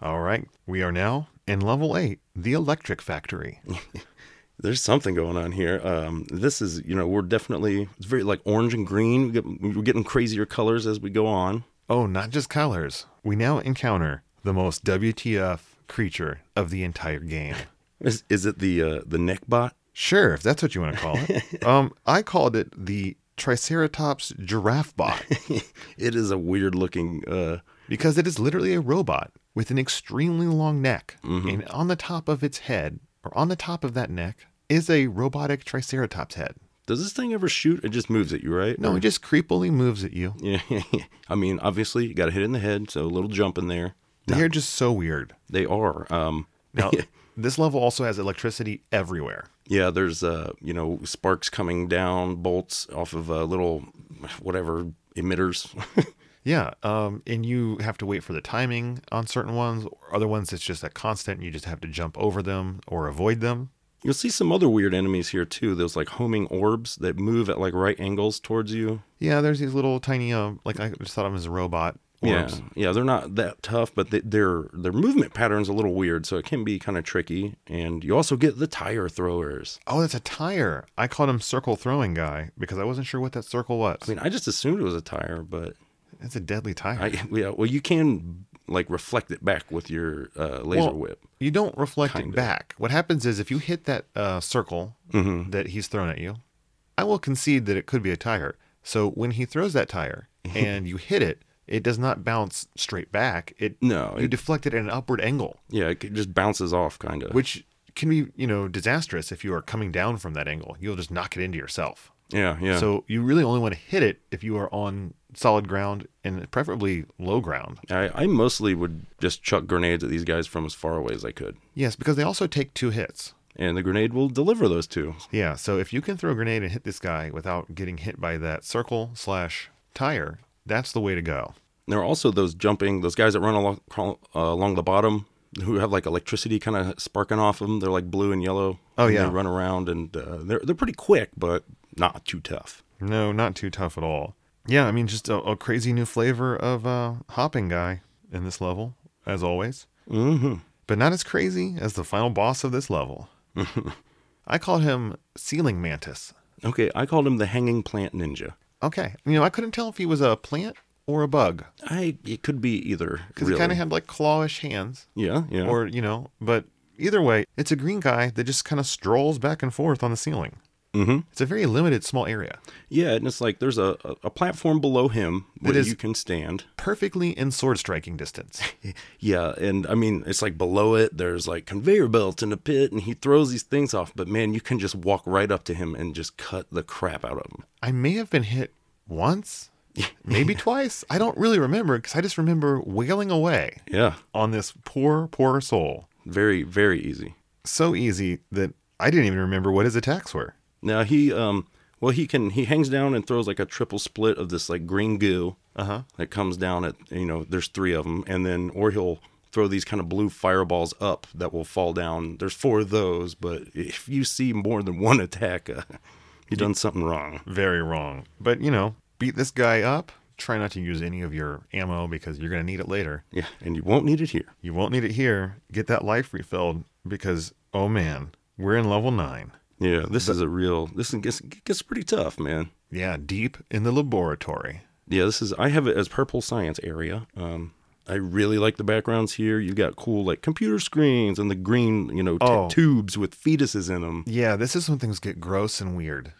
Speaker 1: All right, we are now in level eight, the electric factory.
Speaker 2: There's something going on here. Um, this is, you know, we're definitely, it's very like orange and green. We get, we're getting crazier colors as we go on.
Speaker 1: Oh, not just colors. We now encounter the most WTF creature of the entire game.
Speaker 2: Is, is it the, uh, the neck bot?
Speaker 1: Sure, if that's what you want to call it. um, I called it the Triceratops giraffe bot
Speaker 2: it is a weird looking, uh,
Speaker 1: because it is literally a robot with an extremely long neck, and on the top of its head, or on the top of that neck, is a robotic Triceratops head.
Speaker 2: Does this thing ever shoot? It just moves at you, right?
Speaker 1: No, it just creepily moves at you.
Speaker 2: Yeah. I mean, obviously, you got to hit it in the head, so a little jump in there.
Speaker 1: They're just so weird.
Speaker 2: They are. Um,
Speaker 1: Now, this level also has electricity everywhere.
Speaker 2: yeah, there's uh, you know, sparks coming down, bolts off of uh, little whatever emitters.
Speaker 1: Yeah, um, and you have to wait for the timing on certain ones. Other ones, it's just a constant. You just have to jump over them or avoid them.
Speaker 2: You'll see some other weird enemies here too. Those like homing orbs that move at like right angles towards you.
Speaker 1: Yeah, there's these little tiny, uh, like I just thought of them as a robot. Orbs.
Speaker 2: Yeah, yeah, they're not that tough, but they, their their movement pattern's a little weird, so it can be kind of tricky. And you also get the tire throwers.
Speaker 1: Oh, that's a tire. I called him circle throwing guy because I wasn't sure what that circle was.
Speaker 2: I mean, I just assumed it was a tire, but
Speaker 1: That's a deadly tire.
Speaker 2: I yeah, well, you can like reflect it back with your uh, laser
Speaker 1: Well,
Speaker 2: whip.
Speaker 1: You don't reflect it
Speaker 2: Kinda.
Speaker 1: back. What happens is if you hit that uh, circle
Speaker 2: Mm-hmm.
Speaker 1: that he's thrown at you, I will concede that it could be a tire. So when he throws that tire and you hit it, it does not bounce straight back. It
Speaker 2: No,
Speaker 1: you
Speaker 2: it-
Speaker 1: deflect it at an upward angle,
Speaker 2: Yeah, it just bounces off kind of.
Speaker 1: which can be you know disastrous if you are coming down from that angle. You'll just knock it into yourself.
Speaker 2: Yeah, yeah.
Speaker 1: So you really only want to hit it if you are on solid ground and preferably low ground.
Speaker 2: I, I mostly would just chuck grenades at these guys from as far away as I could.
Speaker 1: Yes, because they also take two hits.
Speaker 2: And the grenade will deliver those two.
Speaker 1: Yeah, so if you can throw a grenade and hit this guy without getting hit by that circle slash tire, that's the way to go.
Speaker 2: There are also those jumping, those guys that run along, crawl, uh, along the bottom who have like electricity kind of sparking off them. They're like blue and yellow.
Speaker 1: Oh,
Speaker 2: And
Speaker 1: yeah.
Speaker 2: They run around and uh, they're, they're pretty quick, but not too tough.
Speaker 1: No, not too tough at all. Yeah, I mean, just a, a crazy new flavor of uh, hopping guy in this level, as always. Mm-hmm. But not as crazy as the final boss of this level. I called him Ceiling Mantis.
Speaker 2: Okay, I called him the hanging plant ninja.
Speaker 1: Okay, you know, I couldn't tell if he was a plant or a bug
Speaker 2: I It could be either.
Speaker 1: because
Speaker 2: really.
Speaker 1: he kind of had like clawish hands.
Speaker 2: Yeah, yeah.
Speaker 1: or you know but either way it's a green guy that just kind of strolls back and forth on the ceiling mm-hmm. it's a very limited small area
Speaker 2: yeah, and it's like there's a, a, a platform below him where
Speaker 1: is-
Speaker 2: you can stand.
Speaker 1: perfectly in sword striking distance
Speaker 2: Yeah, and I mean, it's like below it, there's like conveyor belts and a pit, and he throws these things off. But man, you can just walk right up to him and just cut the crap out of him.
Speaker 1: i may have been hit once maybe twice i don't really remember because i just remember wailing away
Speaker 2: Yeah,
Speaker 1: on this poor poor soul
Speaker 2: very, very easy.
Speaker 1: so easy that i didn't even remember what his attacks were
Speaker 2: Now he, um, well, he can, he hangs down and throws like a triple split of this like green goo
Speaker 1: Uh-huh.
Speaker 2: that comes down at, you know, there's three of them. And then, or he'll throw these kind of blue fireballs up that will fall down. There's four of those, but if you see more than one attack, uh, you done something wrong.
Speaker 1: very wrong but you know beat this guy up try not to use any of your ammo because you're going to need it later
Speaker 2: Yeah, and you won't need it here.
Speaker 1: You won't need it here. Get that life refilled because, oh man, we're in level nine.
Speaker 2: Yeah, this is a real. This is- gets gets pretty tough, man.
Speaker 1: Yeah, deep in the laboratory.
Speaker 2: Yeah, this is. I have it as purple science area. Um, I really like the backgrounds here. You've got cool like computer screens and the green, you know, t-
Speaker 1: Oh.
Speaker 2: tubes with fetuses in them.
Speaker 1: Yeah, this is when things get gross and weird.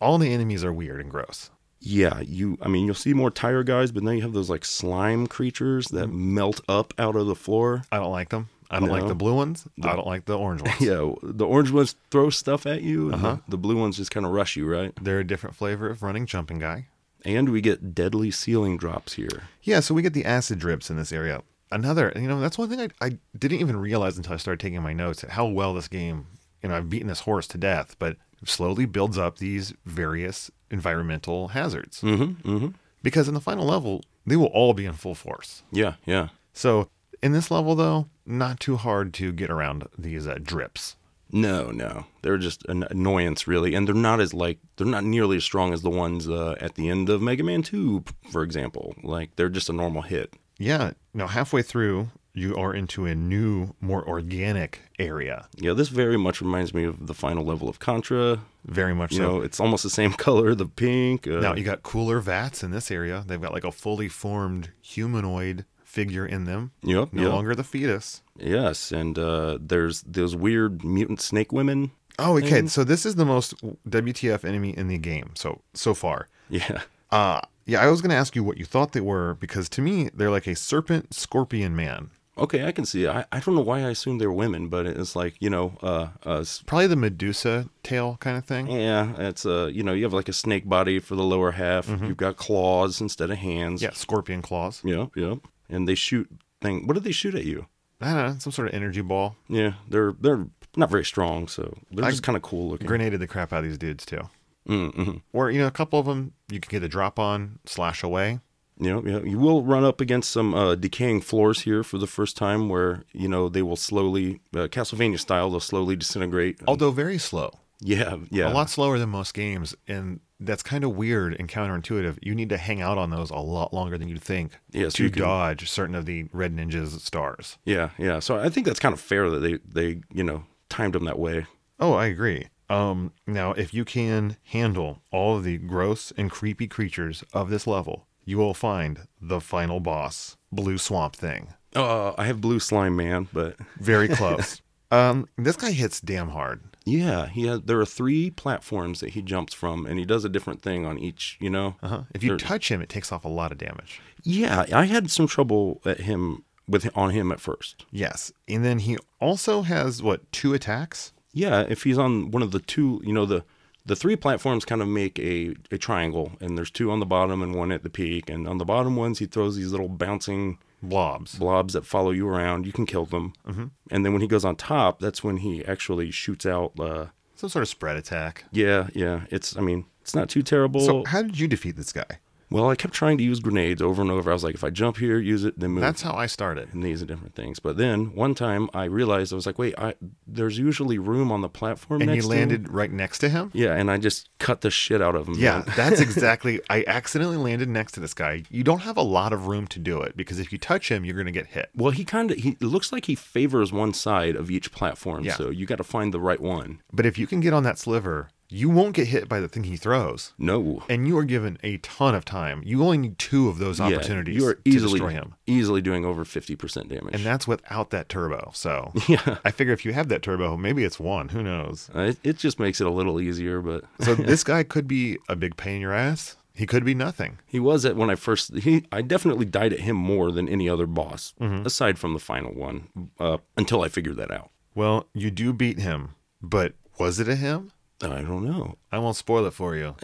Speaker 1: All the enemies are weird and gross.
Speaker 2: Yeah, you. I mean, you'll see more tire guys, but now you have those like slime creatures that melt up out of the floor.
Speaker 1: I don't like them. I don't like
Speaker 2: No.
Speaker 1: the blue ones. I don't like the orange ones.
Speaker 2: Yeah, the orange ones throw stuff at you. And the, the blue ones just kind of rush you, right?
Speaker 1: They're a different flavor of running jumping guy.
Speaker 2: And we get deadly ceiling drops here.
Speaker 1: Yeah, so we get the acid drips in this area. Another, you know, that's one thing I, I didn't even realize until I started taking my notes at how well this game, you know, I've beaten this horse to death, but slowly builds up these various environmental hazards. Mm-hmm, mm-hmm. Because in the final level, they will all be in full force.
Speaker 2: Yeah, yeah.
Speaker 1: So in this level, though, not too hard to get around these uh, drips.
Speaker 2: No, no, they're just an annoyance, really, and they're not as like they're not nearly as strong as the ones uh, at the end of Mega Man Two, p- for example. Like they're just a normal hit.
Speaker 1: Yeah, now halfway through, you are into a new, more organic area.
Speaker 2: Yeah, this very much reminds me of the final level of Contra.
Speaker 1: Very much
Speaker 2: You
Speaker 1: so.
Speaker 2: know, it's almost the same color, the pink. Uh,
Speaker 1: Now you got cooler vats in this area. They've got like a fully formed humanoid figure in them.
Speaker 2: Yep,
Speaker 1: No
Speaker 2: yep.
Speaker 1: longer the fetus.
Speaker 2: Yes, and uh, there's those weird mutant snake women.
Speaker 1: Oh, okay. So this is the most WTF enemy in the game so so far.
Speaker 2: Yeah,
Speaker 1: Uh yeah, I was gonna ask you what you thought they were because to me they're like a serpent scorpion man.
Speaker 2: okay, I can see. I I don't know why I assumed they're women, but it's like you know, uh, uh, s-
Speaker 1: Probably the Medusa tail kind of thing.
Speaker 2: yeah, it's uh, you know, you have like a snake body for the lower half. You've got claws instead of hands.
Speaker 1: Yeah, scorpion claws.
Speaker 2: Yeah, yeah. And they shoot thing. What do they shoot at you?
Speaker 1: I don't know, some sort of energy ball.
Speaker 2: Yeah, they're they're not very strong, so they're just kind of cool looking.
Speaker 1: Grenaded the crap out of these dudes too.
Speaker 2: Mm-hmm.
Speaker 1: Or you know, a couple of them you can get a drop on, slash away.
Speaker 2: You know, you know, you will run up against some uh, decaying floors here for the first time, where you know they will slowly, uh, Castlevania style, they'll slowly disintegrate.
Speaker 1: Although very slow.
Speaker 2: yeah,
Speaker 1: a
Speaker 2: yeah,
Speaker 1: lot slower than most games and that's kind of weird and counterintuitive you need to hang out on those a lot longer than you'd think
Speaker 2: Yeah, so
Speaker 1: to
Speaker 2: you can-
Speaker 1: dodge certain of the red ninja's stars
Speaker 2: yeah, yeah. So I think that's kind of fair that they they you know timed them that way.
Speaker 1: oh i agree um now if you can handle all of the gross and creepy creatures of this level you will find the final boss, Blue Swamp Thing.
Speaker 2: Uh, I have blue slime man, but
Speaker 1: Very close. um, this guy hits damn hard.
Speaker 2: yeah, he has. There are three platforms that he jumps from, and he does a different thing on each. You know.
Speaker 1: Uh-huh. If you
Speaker 2: There-
Speaker 1: touch him, it takes off a lot of damage.
Speaker 2: Yeah, I had some trouble at him with on him at first.
Speaker 1: Yes. And then he also has, what, two attacks?
Speaker 2: Yeah, if he's on one of the two, you know, the the three platforms kind of make a, a triangle, and there's two on the bottom and one at the peak. And on the bottom ones, he throws these little bouncing
Speaker 1: Blobs.
Speaker 2: blobs that follow you around. You can kill them. Mm-hmm. And then when he goes on top, that's when he actually shoots out. Uh,
Speaker 1: Some sort of spread attack.
Speaker 2: yeah, yeah. It's I mean, it's not too terrible.
Speaker 1: So, how did you defeat this guy?
Speaker 2: well, I kept trying to use grenades over and over. I was like, if I jump here, use it, then move.
Speaker 1: That's how I started.
Speaker 2: and these are different things. But then one time I realized I was like, wait, I, there's usually room on the platform.
Speaker 1: And
Speaker 2: next
Speaker 1: you
Speaker 2: to him.
Speaker 1: landed right next to him?
Speaker 2: Yeah, and I just cut the shit out of him.
Speaker 1: Yeah,
Speaker 2: man.
Speaker 1: that's exactly. I accidentally landed next to this guy. You don't have a lot of room to do it because if you touch him, you're going to get hit.
Speaker 2: Well, he kind of he it looks like he favors one side of each platform,
Speaker 1: Yeah.
Speaker 2: so you got to find the right one.
Speaker 1: But if you can get on that sliver, you won't get hit by the thing he throws.
Speaker 2: No.
Speaker 1: And you are given a ton of time. You only need two of those
Speaker 2: Yeah,
Speaker 1: opportunities
Speaker 2: you are
Speaker 1: to
Speaker 2: easily
Speaker 1: destroy him.
Speaker 2: easily doing over 50% damage.
Speaker 1: And that's without that turbo. So
Speaker 2: yeah.
Speaker 1: I figure if you have that turbo, maybe it's one. Who knows?
Speaker 2: Uh, It, it just makes it a little easier, but
Speaker 1: So this guy could be a big pain in your ass. He could be nothing.
Speaker 2: he was at when I first he I definitely died at him more than any other boss
Speaker 1: Mm-hmm.
Speaker 2: aside from the final one uh, until I figured that out.
Speaker 1: Well, you do beat him, but was it a him?
Speaker 2: I don't know.
Speaker 1: I won't spoil it for you.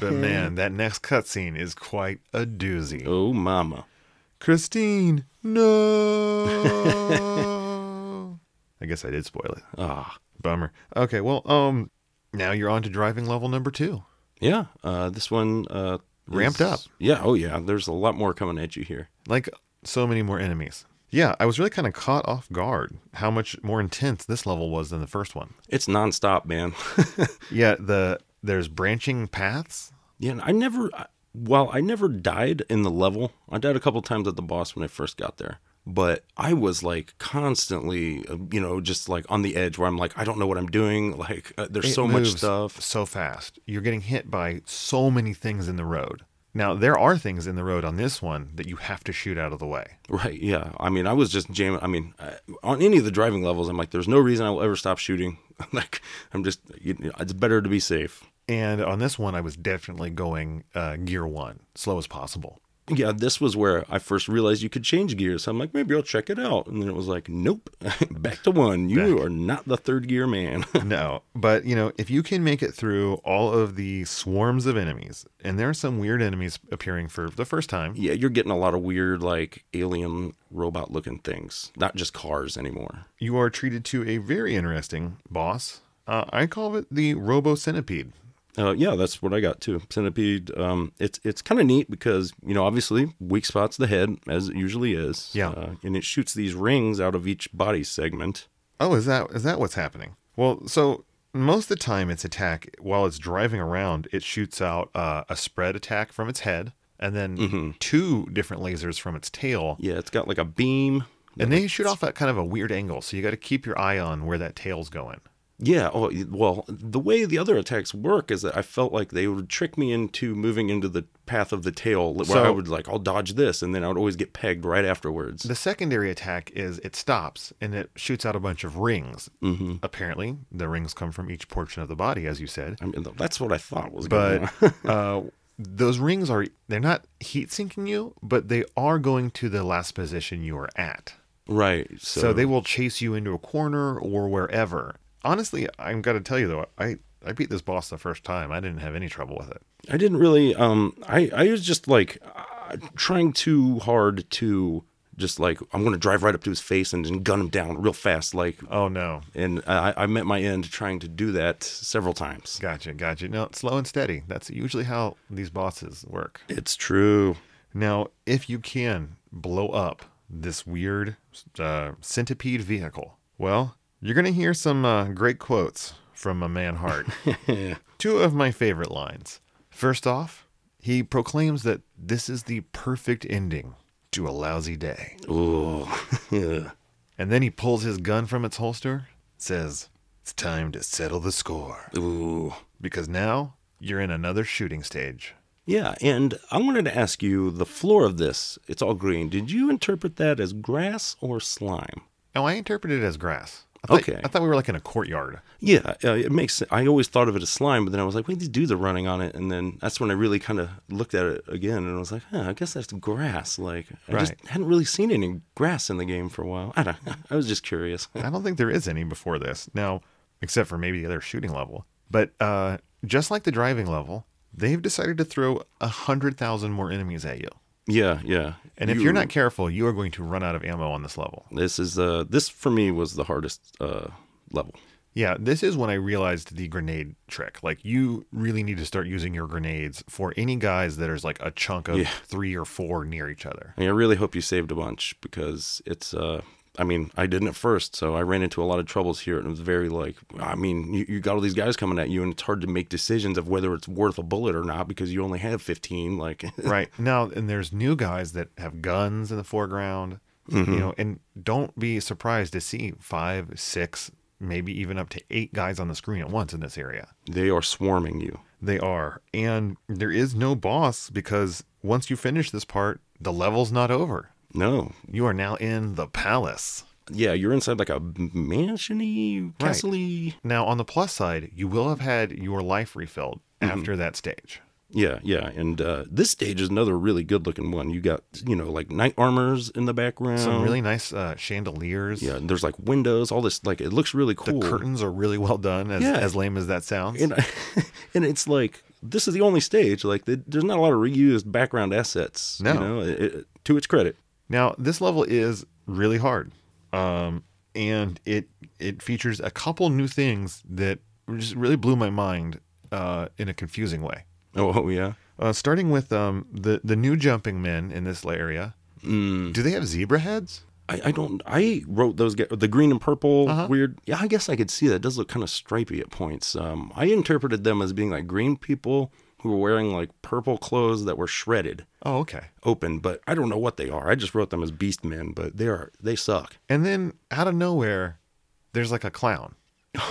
Speaker 1: But man, that next cutscene is quite a doozy.
Speaker 2: Oh mama.
Speaker 1: Christine, no. I guess I did spoil it.
Speaker 2: Ah.
Speaker 1: Bummer. Okay, well, um now you're on to driving level number 2.
Speaker 2: Yeah, uh, this one uh,
Speaker 1: Ramped
Speaker 2: is-
Speaker 1: up.
Speaker 2: Yeah, oh yeah. There's a lot more coming at you here.
Speaker 1: Like so many more enemies. Yeah, I was really kind of caught off guard how much more intense this level was than the first one.
Speaker 2: It's nonstop, man.
Speaker 1: Yeah, the there's branching paths.
Speaker 2: yeah, and I never. I- While I never died in the level, I died a couple times at the boss when I first got there. But I was like constantly, uh, you know, just like on the edge where I'm like, I don't know what I'm doing. Like, uh, there's
Speaker 1: It
Speaker 2: so much
Speaker 1: moves
Speaker 2: stuff.
Speaker 1: so fast. You're getting hit by so many things in the road. Now there are things in the road on this one that you have to shoot out of the way.
Speaker 2: Right. Yeah. I mean, I was just jamming. I mean, I, on any of the driving levels, I'm like, there's no reason I will ever stop shooting. like, I'm just, you know, it's better to be safe.
Speaker 1: And on this one, I was definitely going uh, gear one, slow as possible.
Speaker 2: yeah, this was where I first realized you could change gears. I'm like, maybe I'll check it out. And then it was like, nope, back to one. You are not the third gear man.
Speaker 1: no, but you know, if you can make it through all of the swarms of enemies, and there are some weird enemies appearing for the first time.
Speaker 2: yeah, you're getting a lot of weird, like alien robot looking things, not just cars anymore.
Speaker 1: you are treated to a very interesting boss. Uh, I call it the Robo Centipede.
Speaker 2: Uh, yeah, that's what I got too. Centipede. Um, it's it's kind of neat because you know obviously weak spots the head as it usually is.
Speaker 1: Yeah.
Speaker 2: uh, and it shoots these rings out of each body segment.
Speaker 1: Oh, is that is that what's happening? Well, so most of the time its attack while it's driving around, it shoots out uh, a spread attack from its head and then two different lasers from its tail.
Speaker 2: Yeah, it's got like a beam.
Speaker 1: And they shoot off at kind of a weird angle, so you got to keep your eye on where that tail's going.
Speaker 2: Yeah. Oh, y- well, the way the other attacks work is that I felt like they would trick me into moving into the path of the tail, where I
Speaker 1: So-
Speaker 2: would like, I'll dodge this, and then I would always get pegged right afterwards.
Speaker 1: The secondary attack is it stops and it shoots out a bunch of rings. Apparently, the rings come from each portion of the body, as you said.
Speaker 2: I mean, th- that's what I thought was going on.
Speaker 1: but uh, those rings are they're not heat sinking you but they are going to the last position you are at
Speaker 2: right. So,
Speaker 1: so, they will chase you into a corner or wherever honestly i'm got to tell you though i i beat this boss the first time i didn't have any trouble with it
Speaker 2: I didn't really. Um, I I was just like uh, trying too hard to just like I'm going to drive right up to his face and then gun him down real fast, like.
Speaker 1: oh no
Speaker 2: And I, I met my end trying to do that several times.
Speaker 1: gotcha gotcha no slow and steady that's usually how these bosses work
Speaker 2: It's true.
Speaker 1: now if you can blow up this weird uh, centipede vehicle well you're gonna hear some uh, great quotes from a man heart Two of my favorite lines. First off, he proclaims that this is the perfect ending to a lousy day.
Speaker 2: Ooh. Yeah.
Speaker 1: And then he pulls his gun from its holster, says, It's time to settle the score,
Speaker 2: Ooh.
Speaker 1: because now you're in another shooting stage.
Speaker 2: Yeah, and I wanted to ask you the floor of this, it's all green. Did you interpret that as grass or slime?
Speaker 1: Oh, I interpreted it as grass. I thought,
Speaker 2: Okay.
Speaker 1: I thought we were like in a courtyard.
Speaker 2: Yeah, uh, it makes sense. I always thought of it as slime, but then I was like, wait, these dudes are running on it. And then that's when I really kind of looked at it again and I was like, huh, I guess that's grass. Like, I just
Speaker 1: Right.
Speaker 2: hadn't really seen any grass in the game for a while. I don't I was just curious.
Speaker 1: I don't think there is any before this. Now, except for maybe the other shooting level. But uh, just like the driving level, they've decided to throw a hundred thousand more enemies at you.
Speaker 2: yeah, yeah.
Speaker 1: And if you're not careful, you are going to run out of ammo on this level.
Speaker 2: This is, uh, this for me was the hardest uh, level.
Speaker 1: Yeah, this is when I realized the grenade trick. Like, you really need to start using your grenades for any guys that is like a chunk of
Speaker 2: Yeah.
Speaker 1: three or four near each other.
Speaker 2: I mean, I really hope you saved a bunch because it's. Uh, I mean, I didn't at first, so I ran into a lot of troubles here, and it was very like. I mean, you, you got all these guys coming at you, and it's hard to make decisions of whether it's worth a bullet or not because you only have fifteen. Like,
Speaker 1: right now and there's new guys that have guns in the foreground
Speaker 2: Mm-hmm.
Speaker 1: you know and don't be surprised to see five six maybe even up to eight guys on the screen at once in this area
Speaker 2: they are swarming you.
Speaker 1: they are and there is no boss because once you finish this part the level's not over
Speaker 2: No,
Speaker 1: you are now in the palace
Speaker 2: yeah, you're inside like a mansiony,
Speaker 1: Right.
Speaker 2: castle-y.
Speaker 1: now on the plus side you will have had your life refilled
Speaker 2: Mm-hmm.
Speaker 1: after that stage
Speaker 2: Yeah, yeah, and uh, this stage is another really good-looking one. You got you know like knight armors in the background.
Speaker 1: some really nice uh, chandeliers
Speaker 2: yeah, and there's like windows, all this like it looks really cool.
Speaker 1: curtains are really well done as,
Speaker 2: Yeah.
Speaker 1: as lame as that sounds
Speaker 2: and and it's like this is the only stage like th there's not a lot of reused background assets
Speaker 1: No.
Speaker 2: you know it, it- to its credit
Speaker 1: Now, this level is really hard, um, and it it features a couple new things that just really blew my mind uh, in a confusing way.
Speaker 2: oh, oh, yeah
Speaker 1: Uh, starting with um, the the new jumping men in this area, do they have zebra heads?
Speaker 2: I, I don't i wrote those ga- the green and purple weird yeah i guess i could see that it does look kind of stripy at points um i interpreted them as being like green people who were wearing like purple clothes that were shredded
Speaker 1: Oh, okay.
Speaker 2: open but i don't know what they are i just wrote them as beast men but they are they suck
Speaker 1: And then out of nowhere, there's like a clown.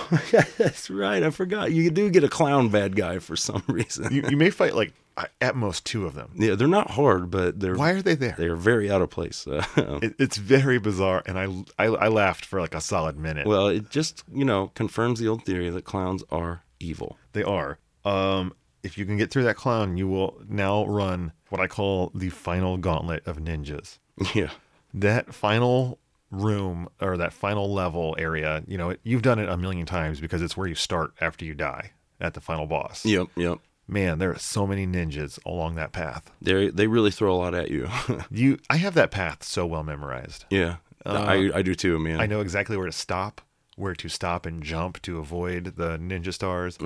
Speaker 2: that's right i forgot you do get a clown bad guy for some reason
Speaker 1: You, you may fight like at most two of them.
Speaker 2: yeah they're not hard but they're
Speaker 1: Why are they there?
Speaker 2: They are very out of place. Uh,
Speaker 1: It, it's very bizarre, and I, I I laughed for like a solid minute.
Speaker 2: well, it just, you know, confirms the old theory that clowns are evil.
Speaker 1: They are. Um, if you can get through that clown, you will now run what I call the final gauntlet of ninjas.
Speaker 2: Yeah.
Speaker 1: That final room or that final level area, you know, it, you've done it a million times because it's where you start after you die at the final boss.
Speaker 2: Yep. Yep.
Speaker 1: Man, there are so many ninjas along that path.
Speaker 2: They they really throw a lot at you.
Speaker 1: You, I have that path so well memorized.
Speaker 2: yeah. I, Uh-huh. I do too, man.
Speaker 1: I know exactly where to stop, where to stop and jump to avoid the ninja stars.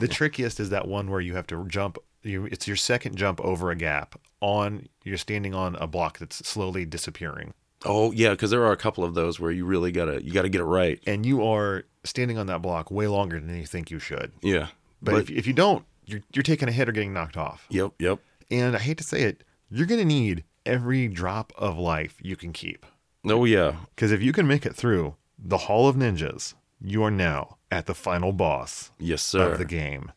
Speaker 1: the trickiest is that one where you have to jump. You, it's your second jump over a gap. On you're standing on a block that's slowly disappearing,
Speaker 2: oh yeah, because there are a couple of those where you really gotta you gotta get it right.
Speaker 1: and you are standing on that block way longer than you think you should.
Speaker 2: Yeah.
Speaker 1: But, if, if you don't, you're, you're taking a hit or getting knocked off.
Speaker 2: yep. Yep.
Speaker 1: And I hate to say it, you're gonna need every drop of life you can keep,
Speaker 2: Oh yeah.
Speaker 1: because if you can make it through the Hall of Ninjas, you are now at the final boss.
Speaker 2: Yes,
Speaker 1: of
Speaker 2: sir.
Speaker 1: the game.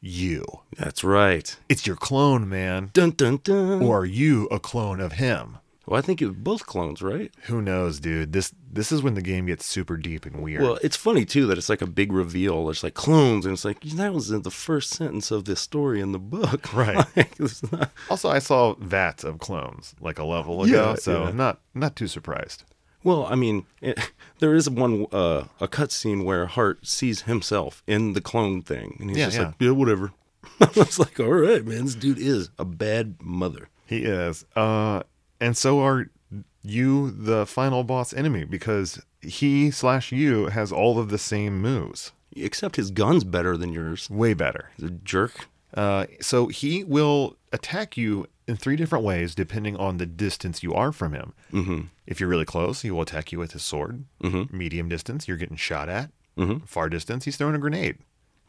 Speaker 1: You.
Speaker 2: That's right.
Speaker 1: It's your clone, man.
Speaker 2: Dun dun dun.
Speaker 1: Or are you a clone of him?
Speaker 2: well, I think it was both clones, right?
Speaker 1: Who knows, dude? This this is when the game gets super deep and weird.
Speaker 2: Well, it's funny too that it's like a big reveal. It's like clones, and it's like that was in the first sentence of this story in the book,
Speaker 1: Right.
Speaker 2: Like, it's not-
Speaker 1: also, I saw vats of clones like a level ago,
Speaker 2: Yeah,
Speaker 1: so
Speaker 2: yeah.
Speaker 1: not not too surprised.
Speaker 2: Well, I mean, it, there is one uh, a cutscene where Hart sees himself in the clone thing, and he's
Speaker 1: Yeah,
Speaker 2: just
Speaker 1: yeah.
Speaker 2: like, "Yeah, whatever." I was like, "All right, man, this dude is a bad mother."
Speaker 1: He is. Uh and so are you the final boss enemy because he slash you has all of the same moves.
Speaker 2: Except his gun's better than yours.
Speaker 1: Way better.
Speaker 2: He's a jerk.
Speaker 1: Uh, so he will attack you in three different ways depending on the distance you are from him. Mm-hmm. If you're really close, he will attack you with his sword. Mm-hmm. Medium distance, you're getting shot at. Mm-hmm. Far distance, he's throwing a grenade.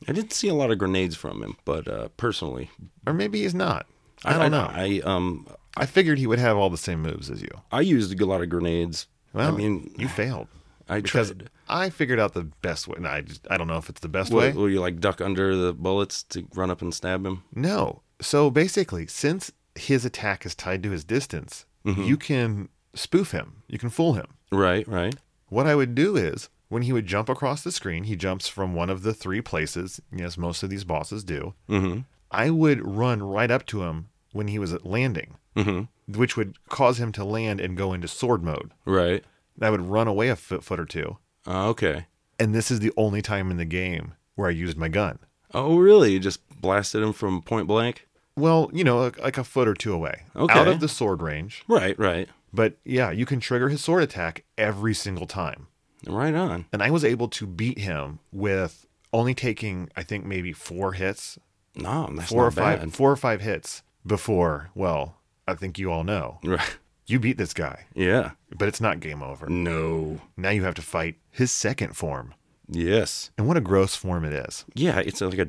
Speaker 2: I didn't see a lot of grenades from him, but uh, personally,
Speaker 1: Or maybe he's not. I, don't know. I,
Speaker 2: I um,
Speaker 1: figured he would have all the same moves as you.
Speaker 2: I used a lot of grenades.
Speaker 1: Well,
Speaker 2: I mean,
Speaker 1: you failed.
Speaker 2: I
Speaker 1: Because
Speaker 2: tried.
Speaker 1: I figured out the best way. And I, just, I don't know if it's the best
Speaker 2: Will,
Speaker 1: way.
Speaker 2: will you like duck under the bullets to run up and stab him?
Speaker 1: No. So basically, since his attack is tied to his distance, you can spoof him, you can fool him.
Speaker 2: Right, right.
Speaker 1: What I would do is when he would jump across the screen, he jumps from one of the three places, yes, most of these bosses do.
Speaker 2: Mm-hmm.
Speaker 1: I would run right up to him when he was at landing,
Speaker 2: Mm-hmm.
Speaker 1: which would cause him to land and go into sword mode.
Speaker 2: Right.
Speaker 1: I would run away a foot, foot or two.
Speaker 2: Uh, okay.
Speaker 1: And this is the only time in the game where I used my gun.
Speaker 2: Oh, really? You just blasted him from point blank?
Speaker 1: Well, you know, like- like a foot or two away, out
Speaker 2: Okay.
Speaker 1: of the sword range.
Speaker 2: Right, right.
Speaker 1: But yeah, you can trigger his sword attack every single time.
Speaker 2: Right on.
Speaker 1: And I was able to beat him with only taking, I think, maybe four hits,
Speaker 2: No, that's
Speaker 1: four
Speaker 2: not
Speaker 1: or five,
Speaker 2: bad.
Speaker 1: four or five hits before. Well, I think you all know
Speaker 2: Right.
Speaker 1: you beat this guy,
Speaker 2: Yeah.
Speaker 1: but it's not game over.
Speaker 2: No.
Speaker 1: Now you have to fight his second form,
Speaker 2: Yes.
Speaker 1: and what a gross form it is.
Speaker 2: Yeah, it's like a.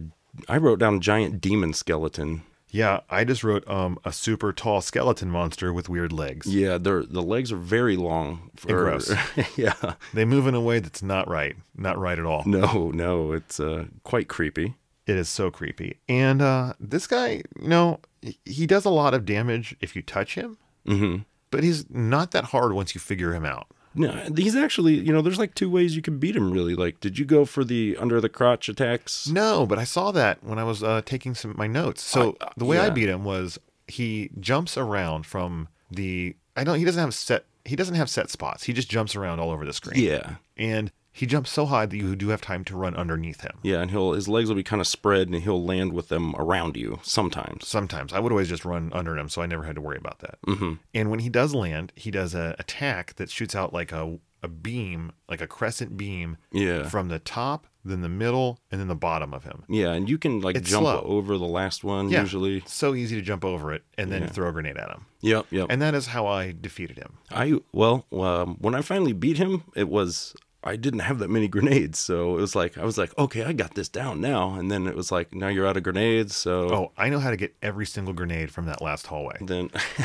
Speaker 2: I wrote down giant demon skeleton.
Speaker 1: Yeah, I just wrote um a super tall skeleton monster with weird legs.
Speaker 2: Yeah, their the legs are very long. For,
Speaker 1: gross.
Speaker 2: yeah.
Speaker 1: They move in a way that's not right, not right at all.
Speaker 2: No, no, it's uh, quite creepy.
Speaker 1: It is so creepy. And uh, this guy, you know, he- he does a lot of damage if you touch him,
Speaker 2: Mm-hmm.
Speaker 1: but he's not that hard once you figure him out.
Speaker 2: No, he's actually, you know, there's like two ways you can beat him, really. Like, did you go for the under the crotch attacks?
Speaker 1: No, but I saw that when I was uh, taking some my notes. So
Speaker 2: I- I-
Speaker 1: the way I
Speaker 2: yeah.
Speaker 1: beat him was he jumps around from the. I don't. He doesn't have set. He doesn't have set spots. He just jumps around all over the screen.
Speaker 2: Yeah.
Speaker 1: And he jumps so high that you do have time to run underneath him.
Speaker 2: Yeah, and he'll his legs will be kind of spread and he'll land with them around you sometimes.
Speaker 1: Sometimes I would always just run under him, so I never had to worry about that.
Speaker 2: Mm-hmm.
Speaker 1: And when he does land, he does a attack that shoots out like a a beam, like a crescent beam
Speaker 2: Yeah.
Speaker 1: from the top, then the middle, and then the bottom of him.
Speaker 2: Yeah, and you can like
Speaker 1: It's
Speaker 2: jump
Speaker 1: slow.
Speaker 2: over the last one
Speaker 1: Yeah.
Speaker 2: usually.
Speaker 1: So easy to jump over it and then
Speaker 2: Yeah.
Speaker 1: throw a grenade at him.
Speaker 2: Yep, yep.
Speaker 1: And that is how I defeated him.
Speaker 2: I well, um, when I finally beat him, it was I didn't have that many grenades, so it was like I was like, okay, I got this down now. And then it was like, now you're out of grenades, so
Speaker 1: Oh, I know how to get every single grenade from that last hallway.
Speaker 2: then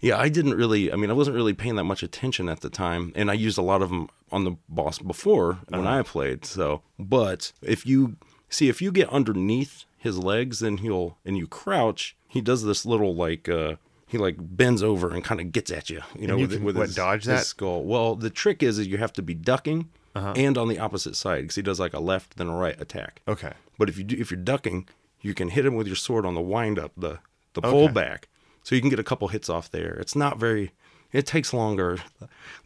Speaker 2: yeah, I didn't really. I mean, I wasn't really paying that much attention at the time, and I used a lot of them on the boss before when I played. So, but if you see if you get underneath his legs, then he'll and you crouch. He does this little like. uh he like bends over and kind of gets at you, you know,
Speaker 1: you
Speaker 2: with,
Speaker 1: can,
Speaker 2: with
Speaker 1: what,
Speaker 2: his,
Speaker 1: dodge
Speaker 2: his
Speaker 1: that? Uh-huh.
Speaker 2: skull. Well, the trick is, is you have to be ducking and on the opposite side because he does like a left then a right attack.
Speaker 1: Okay.
Speaker 2: But if you do, if you're ducking, you can hit him with your sword on the wind up, the the pull back. So you can get a couple hits off there. It's not very it takes longer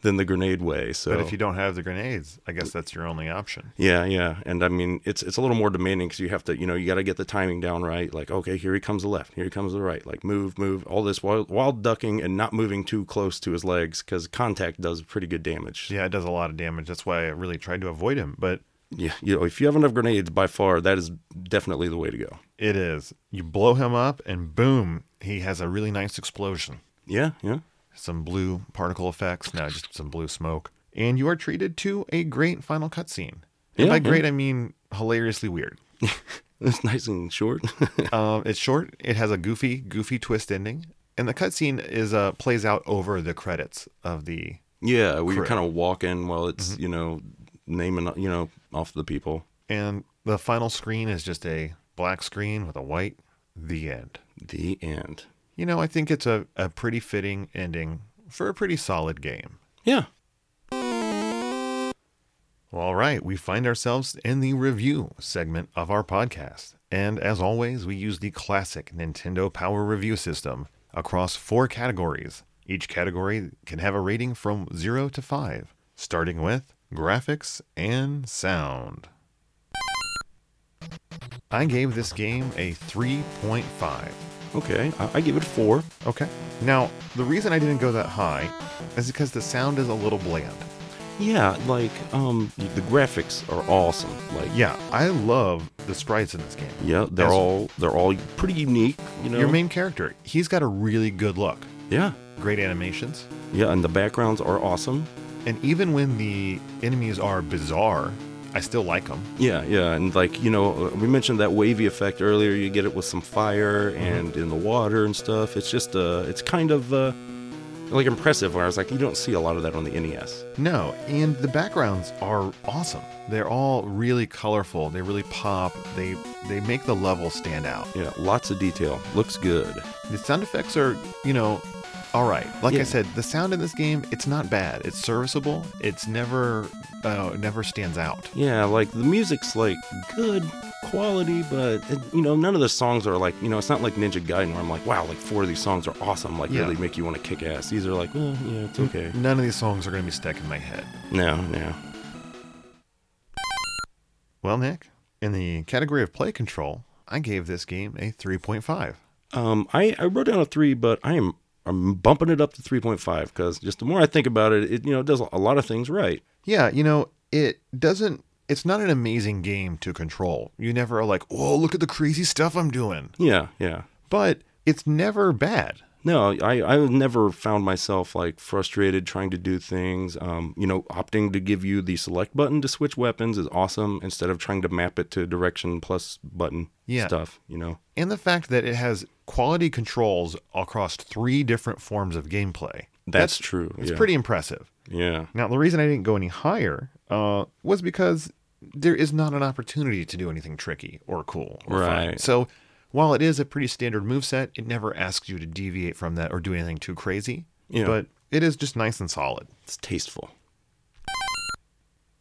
Speaker 2: than the grenade way. So
Speaker 1: But if you don't have the grenades, I guess that's your only option.
Speaker 2: yeah, yeah. And I mean, it's it's a little more demanding cuz you have to, you know, you got to get the timing down right. Like, okay, here he comes the left, here he comes the right. Like move, move, all this while while ducking and not moving too close to his legs cuz contact does pretty good damage.
Speaker 1: Yeah, it does a lot of damage. That's why I really tried to avoid him, but
Speaker 2: Yeah, you know, if you have enough grenades by far, that is definitely the way to go.
Speaker 1: it is. You blow him up, and boom, he has a really nice explosion.
Speaker 2: Yeah, yeah.
Speaker 1: some blue particle effects, now just some blue smoke, and you are treated to a great final cutscene. And
Speaker 2: Yeah,
Speaker 1: by
Speaker 2: yeah.
Speaker 1: great, I mean hilariously weird.
Speaker 2: It's nice and short.
Speaker 1: um, it's short. It has a goofy, goofy twist ending, and the cutscene is uh, plays out over the credits of the.
Speaker 2: Yeah, where you're kind of walking while it's you know naming you know off the people.
Speaker 1: And the final screen is just a black screen with a white. The end.
Speaker 2: The end.
Speaker 1: You know, I think it's a, a pretty fitting ending for a pretty solid game.
Speaker 2: Yeah.
Speaker 1: Well, All right, we find ourselves in the review segment of our podcast. And as always, we use the classic Nintendo Power Review System across four categories. Each category can have a rating from 0 to 5, starting with graphics and sound. I gave this game a 3.5.
Speaker 2: Okay. I, I give it a four.
Speaker 1: Okay. Now, the reason I didn't go that high is because the sound is a little bland.
Speaker 2: Yeah, like um, the graphics are awesome. Like
Speaker 1: Yeah, I love the sprites in this game.
Speaker 2: yeah, they're
Speaker 1: As-
Speaker 2: all they're all pretty unique. You know.
Speaker 1: Your main character, he's got a really good look,
Speaker 2: yeah.
Speaker 1: great animations,
Speaker 2: Yeah, and the backgrounds are awesome.
Speaker 1: and even when the enemies are bizarre, I still like them.
Speaker 2: Yeah, yeah, and like you know, uh, we mentioned that wavy effect earlier. You get it with some fire and in the water and stuff. It's just uh, it's kind of uh, like impressive. Where I was like, you don't see a lot of that on the E NES.
Speaker 1: No, and the backgrounds are awesome. They're all really colorful. They really pop. They they make the level stand out.
Speaker 2: Yeah, lots of detail. Looks good.
Speaker 1: The sound effects are, you know, all right. Like I
Speaker 2: Yeah.
Speaker 1: said, the sound in this game it's not bad. It's serviceable. It's never uh, it never stands out.
Speaker 2: Yeah, like the music's like good quality, but it, you know, none of the songs are like, you know, it's not like Ninja Gaiden where I'm like, wow, like four of these songs are awesome, like
Speaker 1: Yeah.
Speaker 2: really make you want to kick ass. These are like, well, yeah, it's okay.
Speaker 1: None of these songs are going to be stuck in my head.
Speaker 2: No, no.
Speaker 1: Well, Nick, in the category of play control, I gave this game a 3.5.
Speaker 2: Um, I, I wrote down a three, but I am I'm bumping it up to three point five because just the more I think about it, it you know it does a lot of things right.
Speaker 1: Yeah, you know, it doesn't. It's not an amazing game to control. You never are like, whoa, look at the crazy stuff I'm doing.
Speaker 2: Yeah, yeah.
Speaker 1: But it's never bad.
Speaker 2: No, I I never found myself like frustrated trying to do things. Um, you know, opting to give you the select button to switch weapons is awesome instead of trying to map it to direction plus button
Speaker 1: Yeah.
Speaker 2: stuff. You know,
Speaker 1: And the fact that it has quality controls across three different forms of gameplay.
Speaker 2: that's, true.
Speaker 1: It's
Speaker 2: yeah.
Speaker 1: pretty impressive.
Speaker 2: Yeah,
Speaker 1: Now, the reason I didn't go any higher uh, was because there is not an opportunity to do anything tricky or cool. Or Fun.
Speaker 2: Right.
Speaker 1: So while it is a pretty standard moveset, it never asks you to deviate from that or do anything too crazy.
Speaker 2: Yeah.
Speaker 1: But it is just nice and solid.
Speaker 2: it's tasteful.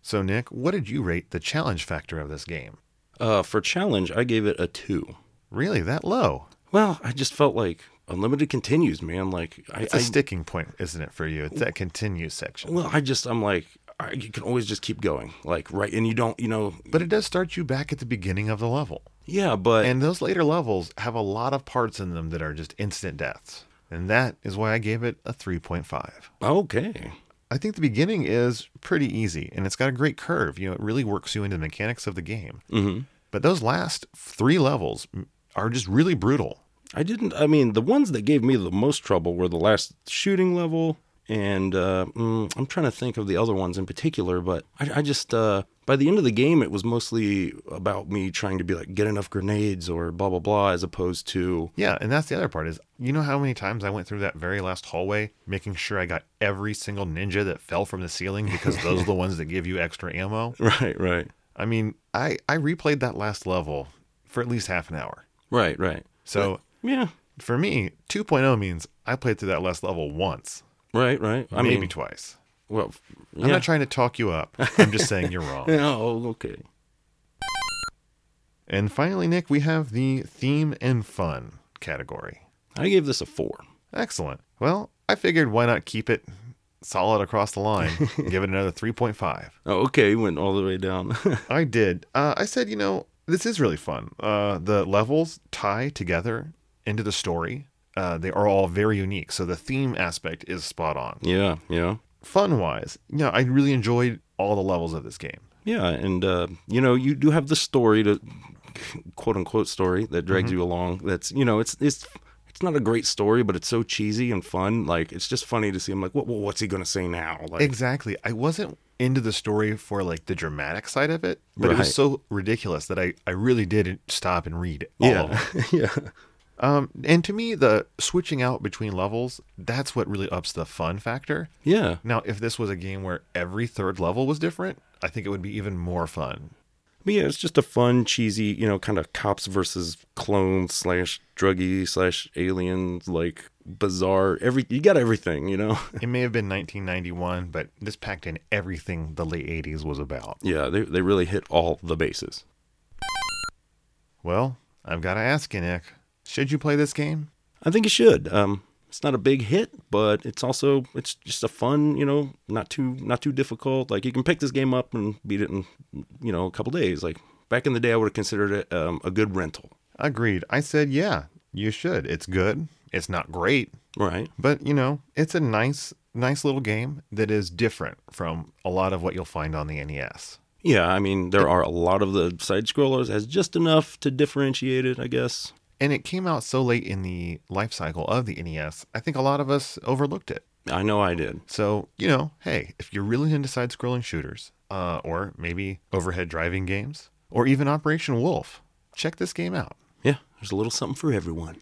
Speaker 1: So, Nick, what did you rate the challenge factor of this game?
Speaker 2: Uh, for challenge, I gave it a two.
Speaker 1: Really, that low?
Speaker 2: Well, I just felt like unlimited continues, man. Like I,
Speaker 1: It's a
Speaker 2: I
Speaker 1: sticking point, isn't it, for you? It's that continue section.
Speaker 2: Well, I just I'm like I, you can always just keep going, like right, and you don't, you know,
Speaker 1: But it does start you back at the beginning of the level.
Speaker 2: yeah, but
Speaker 1: And those later levels have a lot of parts in them that are just instant deaths. And that is why I gave it a 3.5.
Speaker 2: okay,
Speaker 1: I think the beginning is pretty easy and it's got a great curve. You know, it really works you into the mechanics of the game. Mm-hmm. But those last three levels m- are just really brutal.
Speaker 2: I didn't. I mean, the ones that gave me the most trouble were the last shooting level, and uh, mm, I'm trying to think of the other ones in particular. But I, I just uh, by the end of the game, it was mostly about me trying to be like get enough grenades or blah blah blah, as opposed to
Speaker 1: Yeah, and that's the other part is you know how many times I went through that very last hallway making sure I got every single ninja that fell from the ceiling because those are the ones that give you extra ammo?
Speaker 2: right, right,
Speaker 1: I mean, I I replayed that last level for at least half an hour.
Speaker 2: right, right.
Speaker 1: So
Speaker 2: Yeah,
Speaker 1: for me, 2.0 means I played through that last level once,
Speaker 2: right, right. I
Speaker 1: maybe
Speaker 2: mean,
Speaker 1: twice.
Speaker 2: well, yeah.
Speaker 1: I'm not trying to talk you up. I'm just saying you're wrong.
Speaker 2: oh, okay.
Speaker 1: And finally, Nick, we have the theme and fun category.
Speaker 2: I gave this a four.
Speaker 1: Excellent. Well, I figured why not keep it solid across the line, give it another 3.5.
Speaker 2: Oh, okay, went all the way down.
Speaker 1: I did. Uh, I said, you know, this is really fun. Uh, the levels tie together into the story. Uh, they are all very unique, so the theme aspect is spot on.
Speaker 2: yeah, yeah.
Speaker 1: Fun wise, you know, I really enjoyed all the levels of this game.
Speaker 2: Yeah, and uh, you know, you do have the story to quote unquote story that drags you along. That's you know, it's it's it's not a great story, but it's so cheesy and fun. Like it's just funny to see. I'm like, what, what what's he gonna say now? Like,
Speaker 1: Exactly. I wasn't into the story for like the dramatic side of it, but it was
Speaker 2: Right.
Speaker 1: so ridiculous that I, I really did stop and read all of
Speaker 2: yeah,
Speaker 1: it.
Speaker 2: yeah,
Speaker 1: Um, and to me, the switching out between levels, that's what really ups the fun factor.
Speaker 2: yeah.
Speaker 1: Now, if this was a game where every third level was different, I think it would be even more fun.
Speaker 2: But yeah, it's just a fun, cheesy, you know, kind of cops versus clone slash druggie slash alien like bizarre. Every you got everything, you know.
Speaker 1: It may have been 1991, but this packed in everything the late 80s was about.
Speaker 2: yeah, they they really hit all the bases.
Speaker 1: Well, I've got to ask you, Nick, should you play this game?
Speaker 2: I think you should. Um, it's not a big hit, but it's also it's just a fun, you know, not too not too difficult. Like you can pick this game up and beat it in, you know, a couple days. Like back in the day, I would have considered it um, a good rental.
Speaker 1: Agreed. I said, yeah, you should. It's good. It's not great,
Speaker 2: Right.
Speaker 1: but you know, it's a nice, nice little game that is different from a lot of what you'll find on the E NES.
Speaker 2: Yeah. I mean, there are a lot of the side scrollers has just enough to differentiate it, I guess.
Speaker 1: And it came out so late in the life cycle of the NES, I think a lot of us overlooked it.
Speaker 2: I know I did.
Speaker 1: So, you know, hey, if you're really into side scrolling shooters, uh, or maybe overhead driving games, or even Operation Wolf, check this game out.
Speaker 2: Yeah. There's a little something for everyone.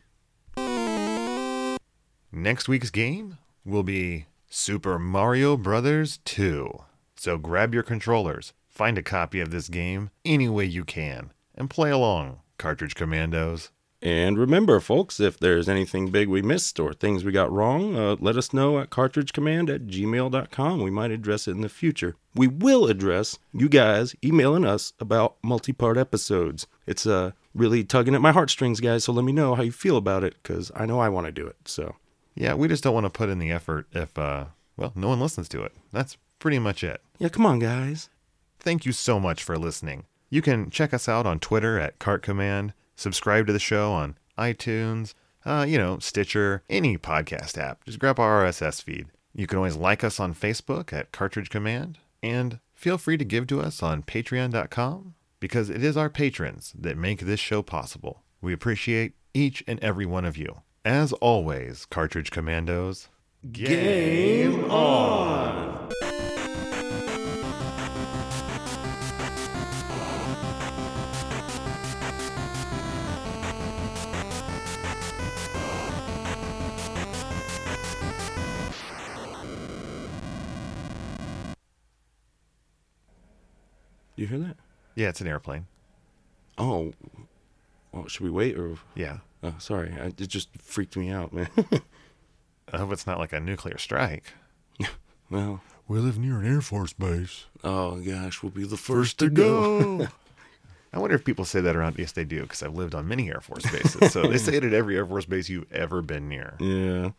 Speaker 1: Next week's game will be Super Mario Brothers 2. So grab your controllers, find a copy of this game any way you can, and play along, Cartridge Commandos.
Speaker 2: And remember, folks, if there's anything big we missed or things we got wrong, uh, let us know at cartridgecommand at gmail.com. We might address it in the future. We will address you guys emailing us about multi part episodes. It's uh, really tugging at my heartstrings, guys, so let me know how you feel about it because I know I want to do it. So,
Speaker 1: Yeah, we just don't want to put in the effort if, uh, well, no one listens to it. That's pretty much it.
Speaker 2: yeah, come on, guys.
Speaker 1: Thank you so much for listening. You can check us out on Twitter at Cart Command, subscribe to the show on iTunes, uh, you know, Stitcher, any podcast app. Just grab our RSS feed. You can always like us on Facebook at Cartridge Command, and feel free to give to us on patreon.com because it is our patrons that make this show possible. We appreciate each and every one of you. As always, Cartridge Commandos, game on!
Speaker 2: You hear that?
Speaker 1: Yeah, it's an airplane.
Speaker 2: Oh, well, should we wait or?
Speaker 1: Yeah.
Speaker 2: Oh, sorry, I, it just freaked me out, man.
Speaker 1: I hope it's not like a nuclear strike.
Speaker 2: well,
Speaker 1: We live near an Air Force base.
Speaker 2: oh gosh, we'll be the first to go.
Speaker 1: I wonder if people say that around. Yes, they do, because I've lived on many Air Force bases. so they say it at every Air Force base you've ever been near.
Speaker 2: Yeah.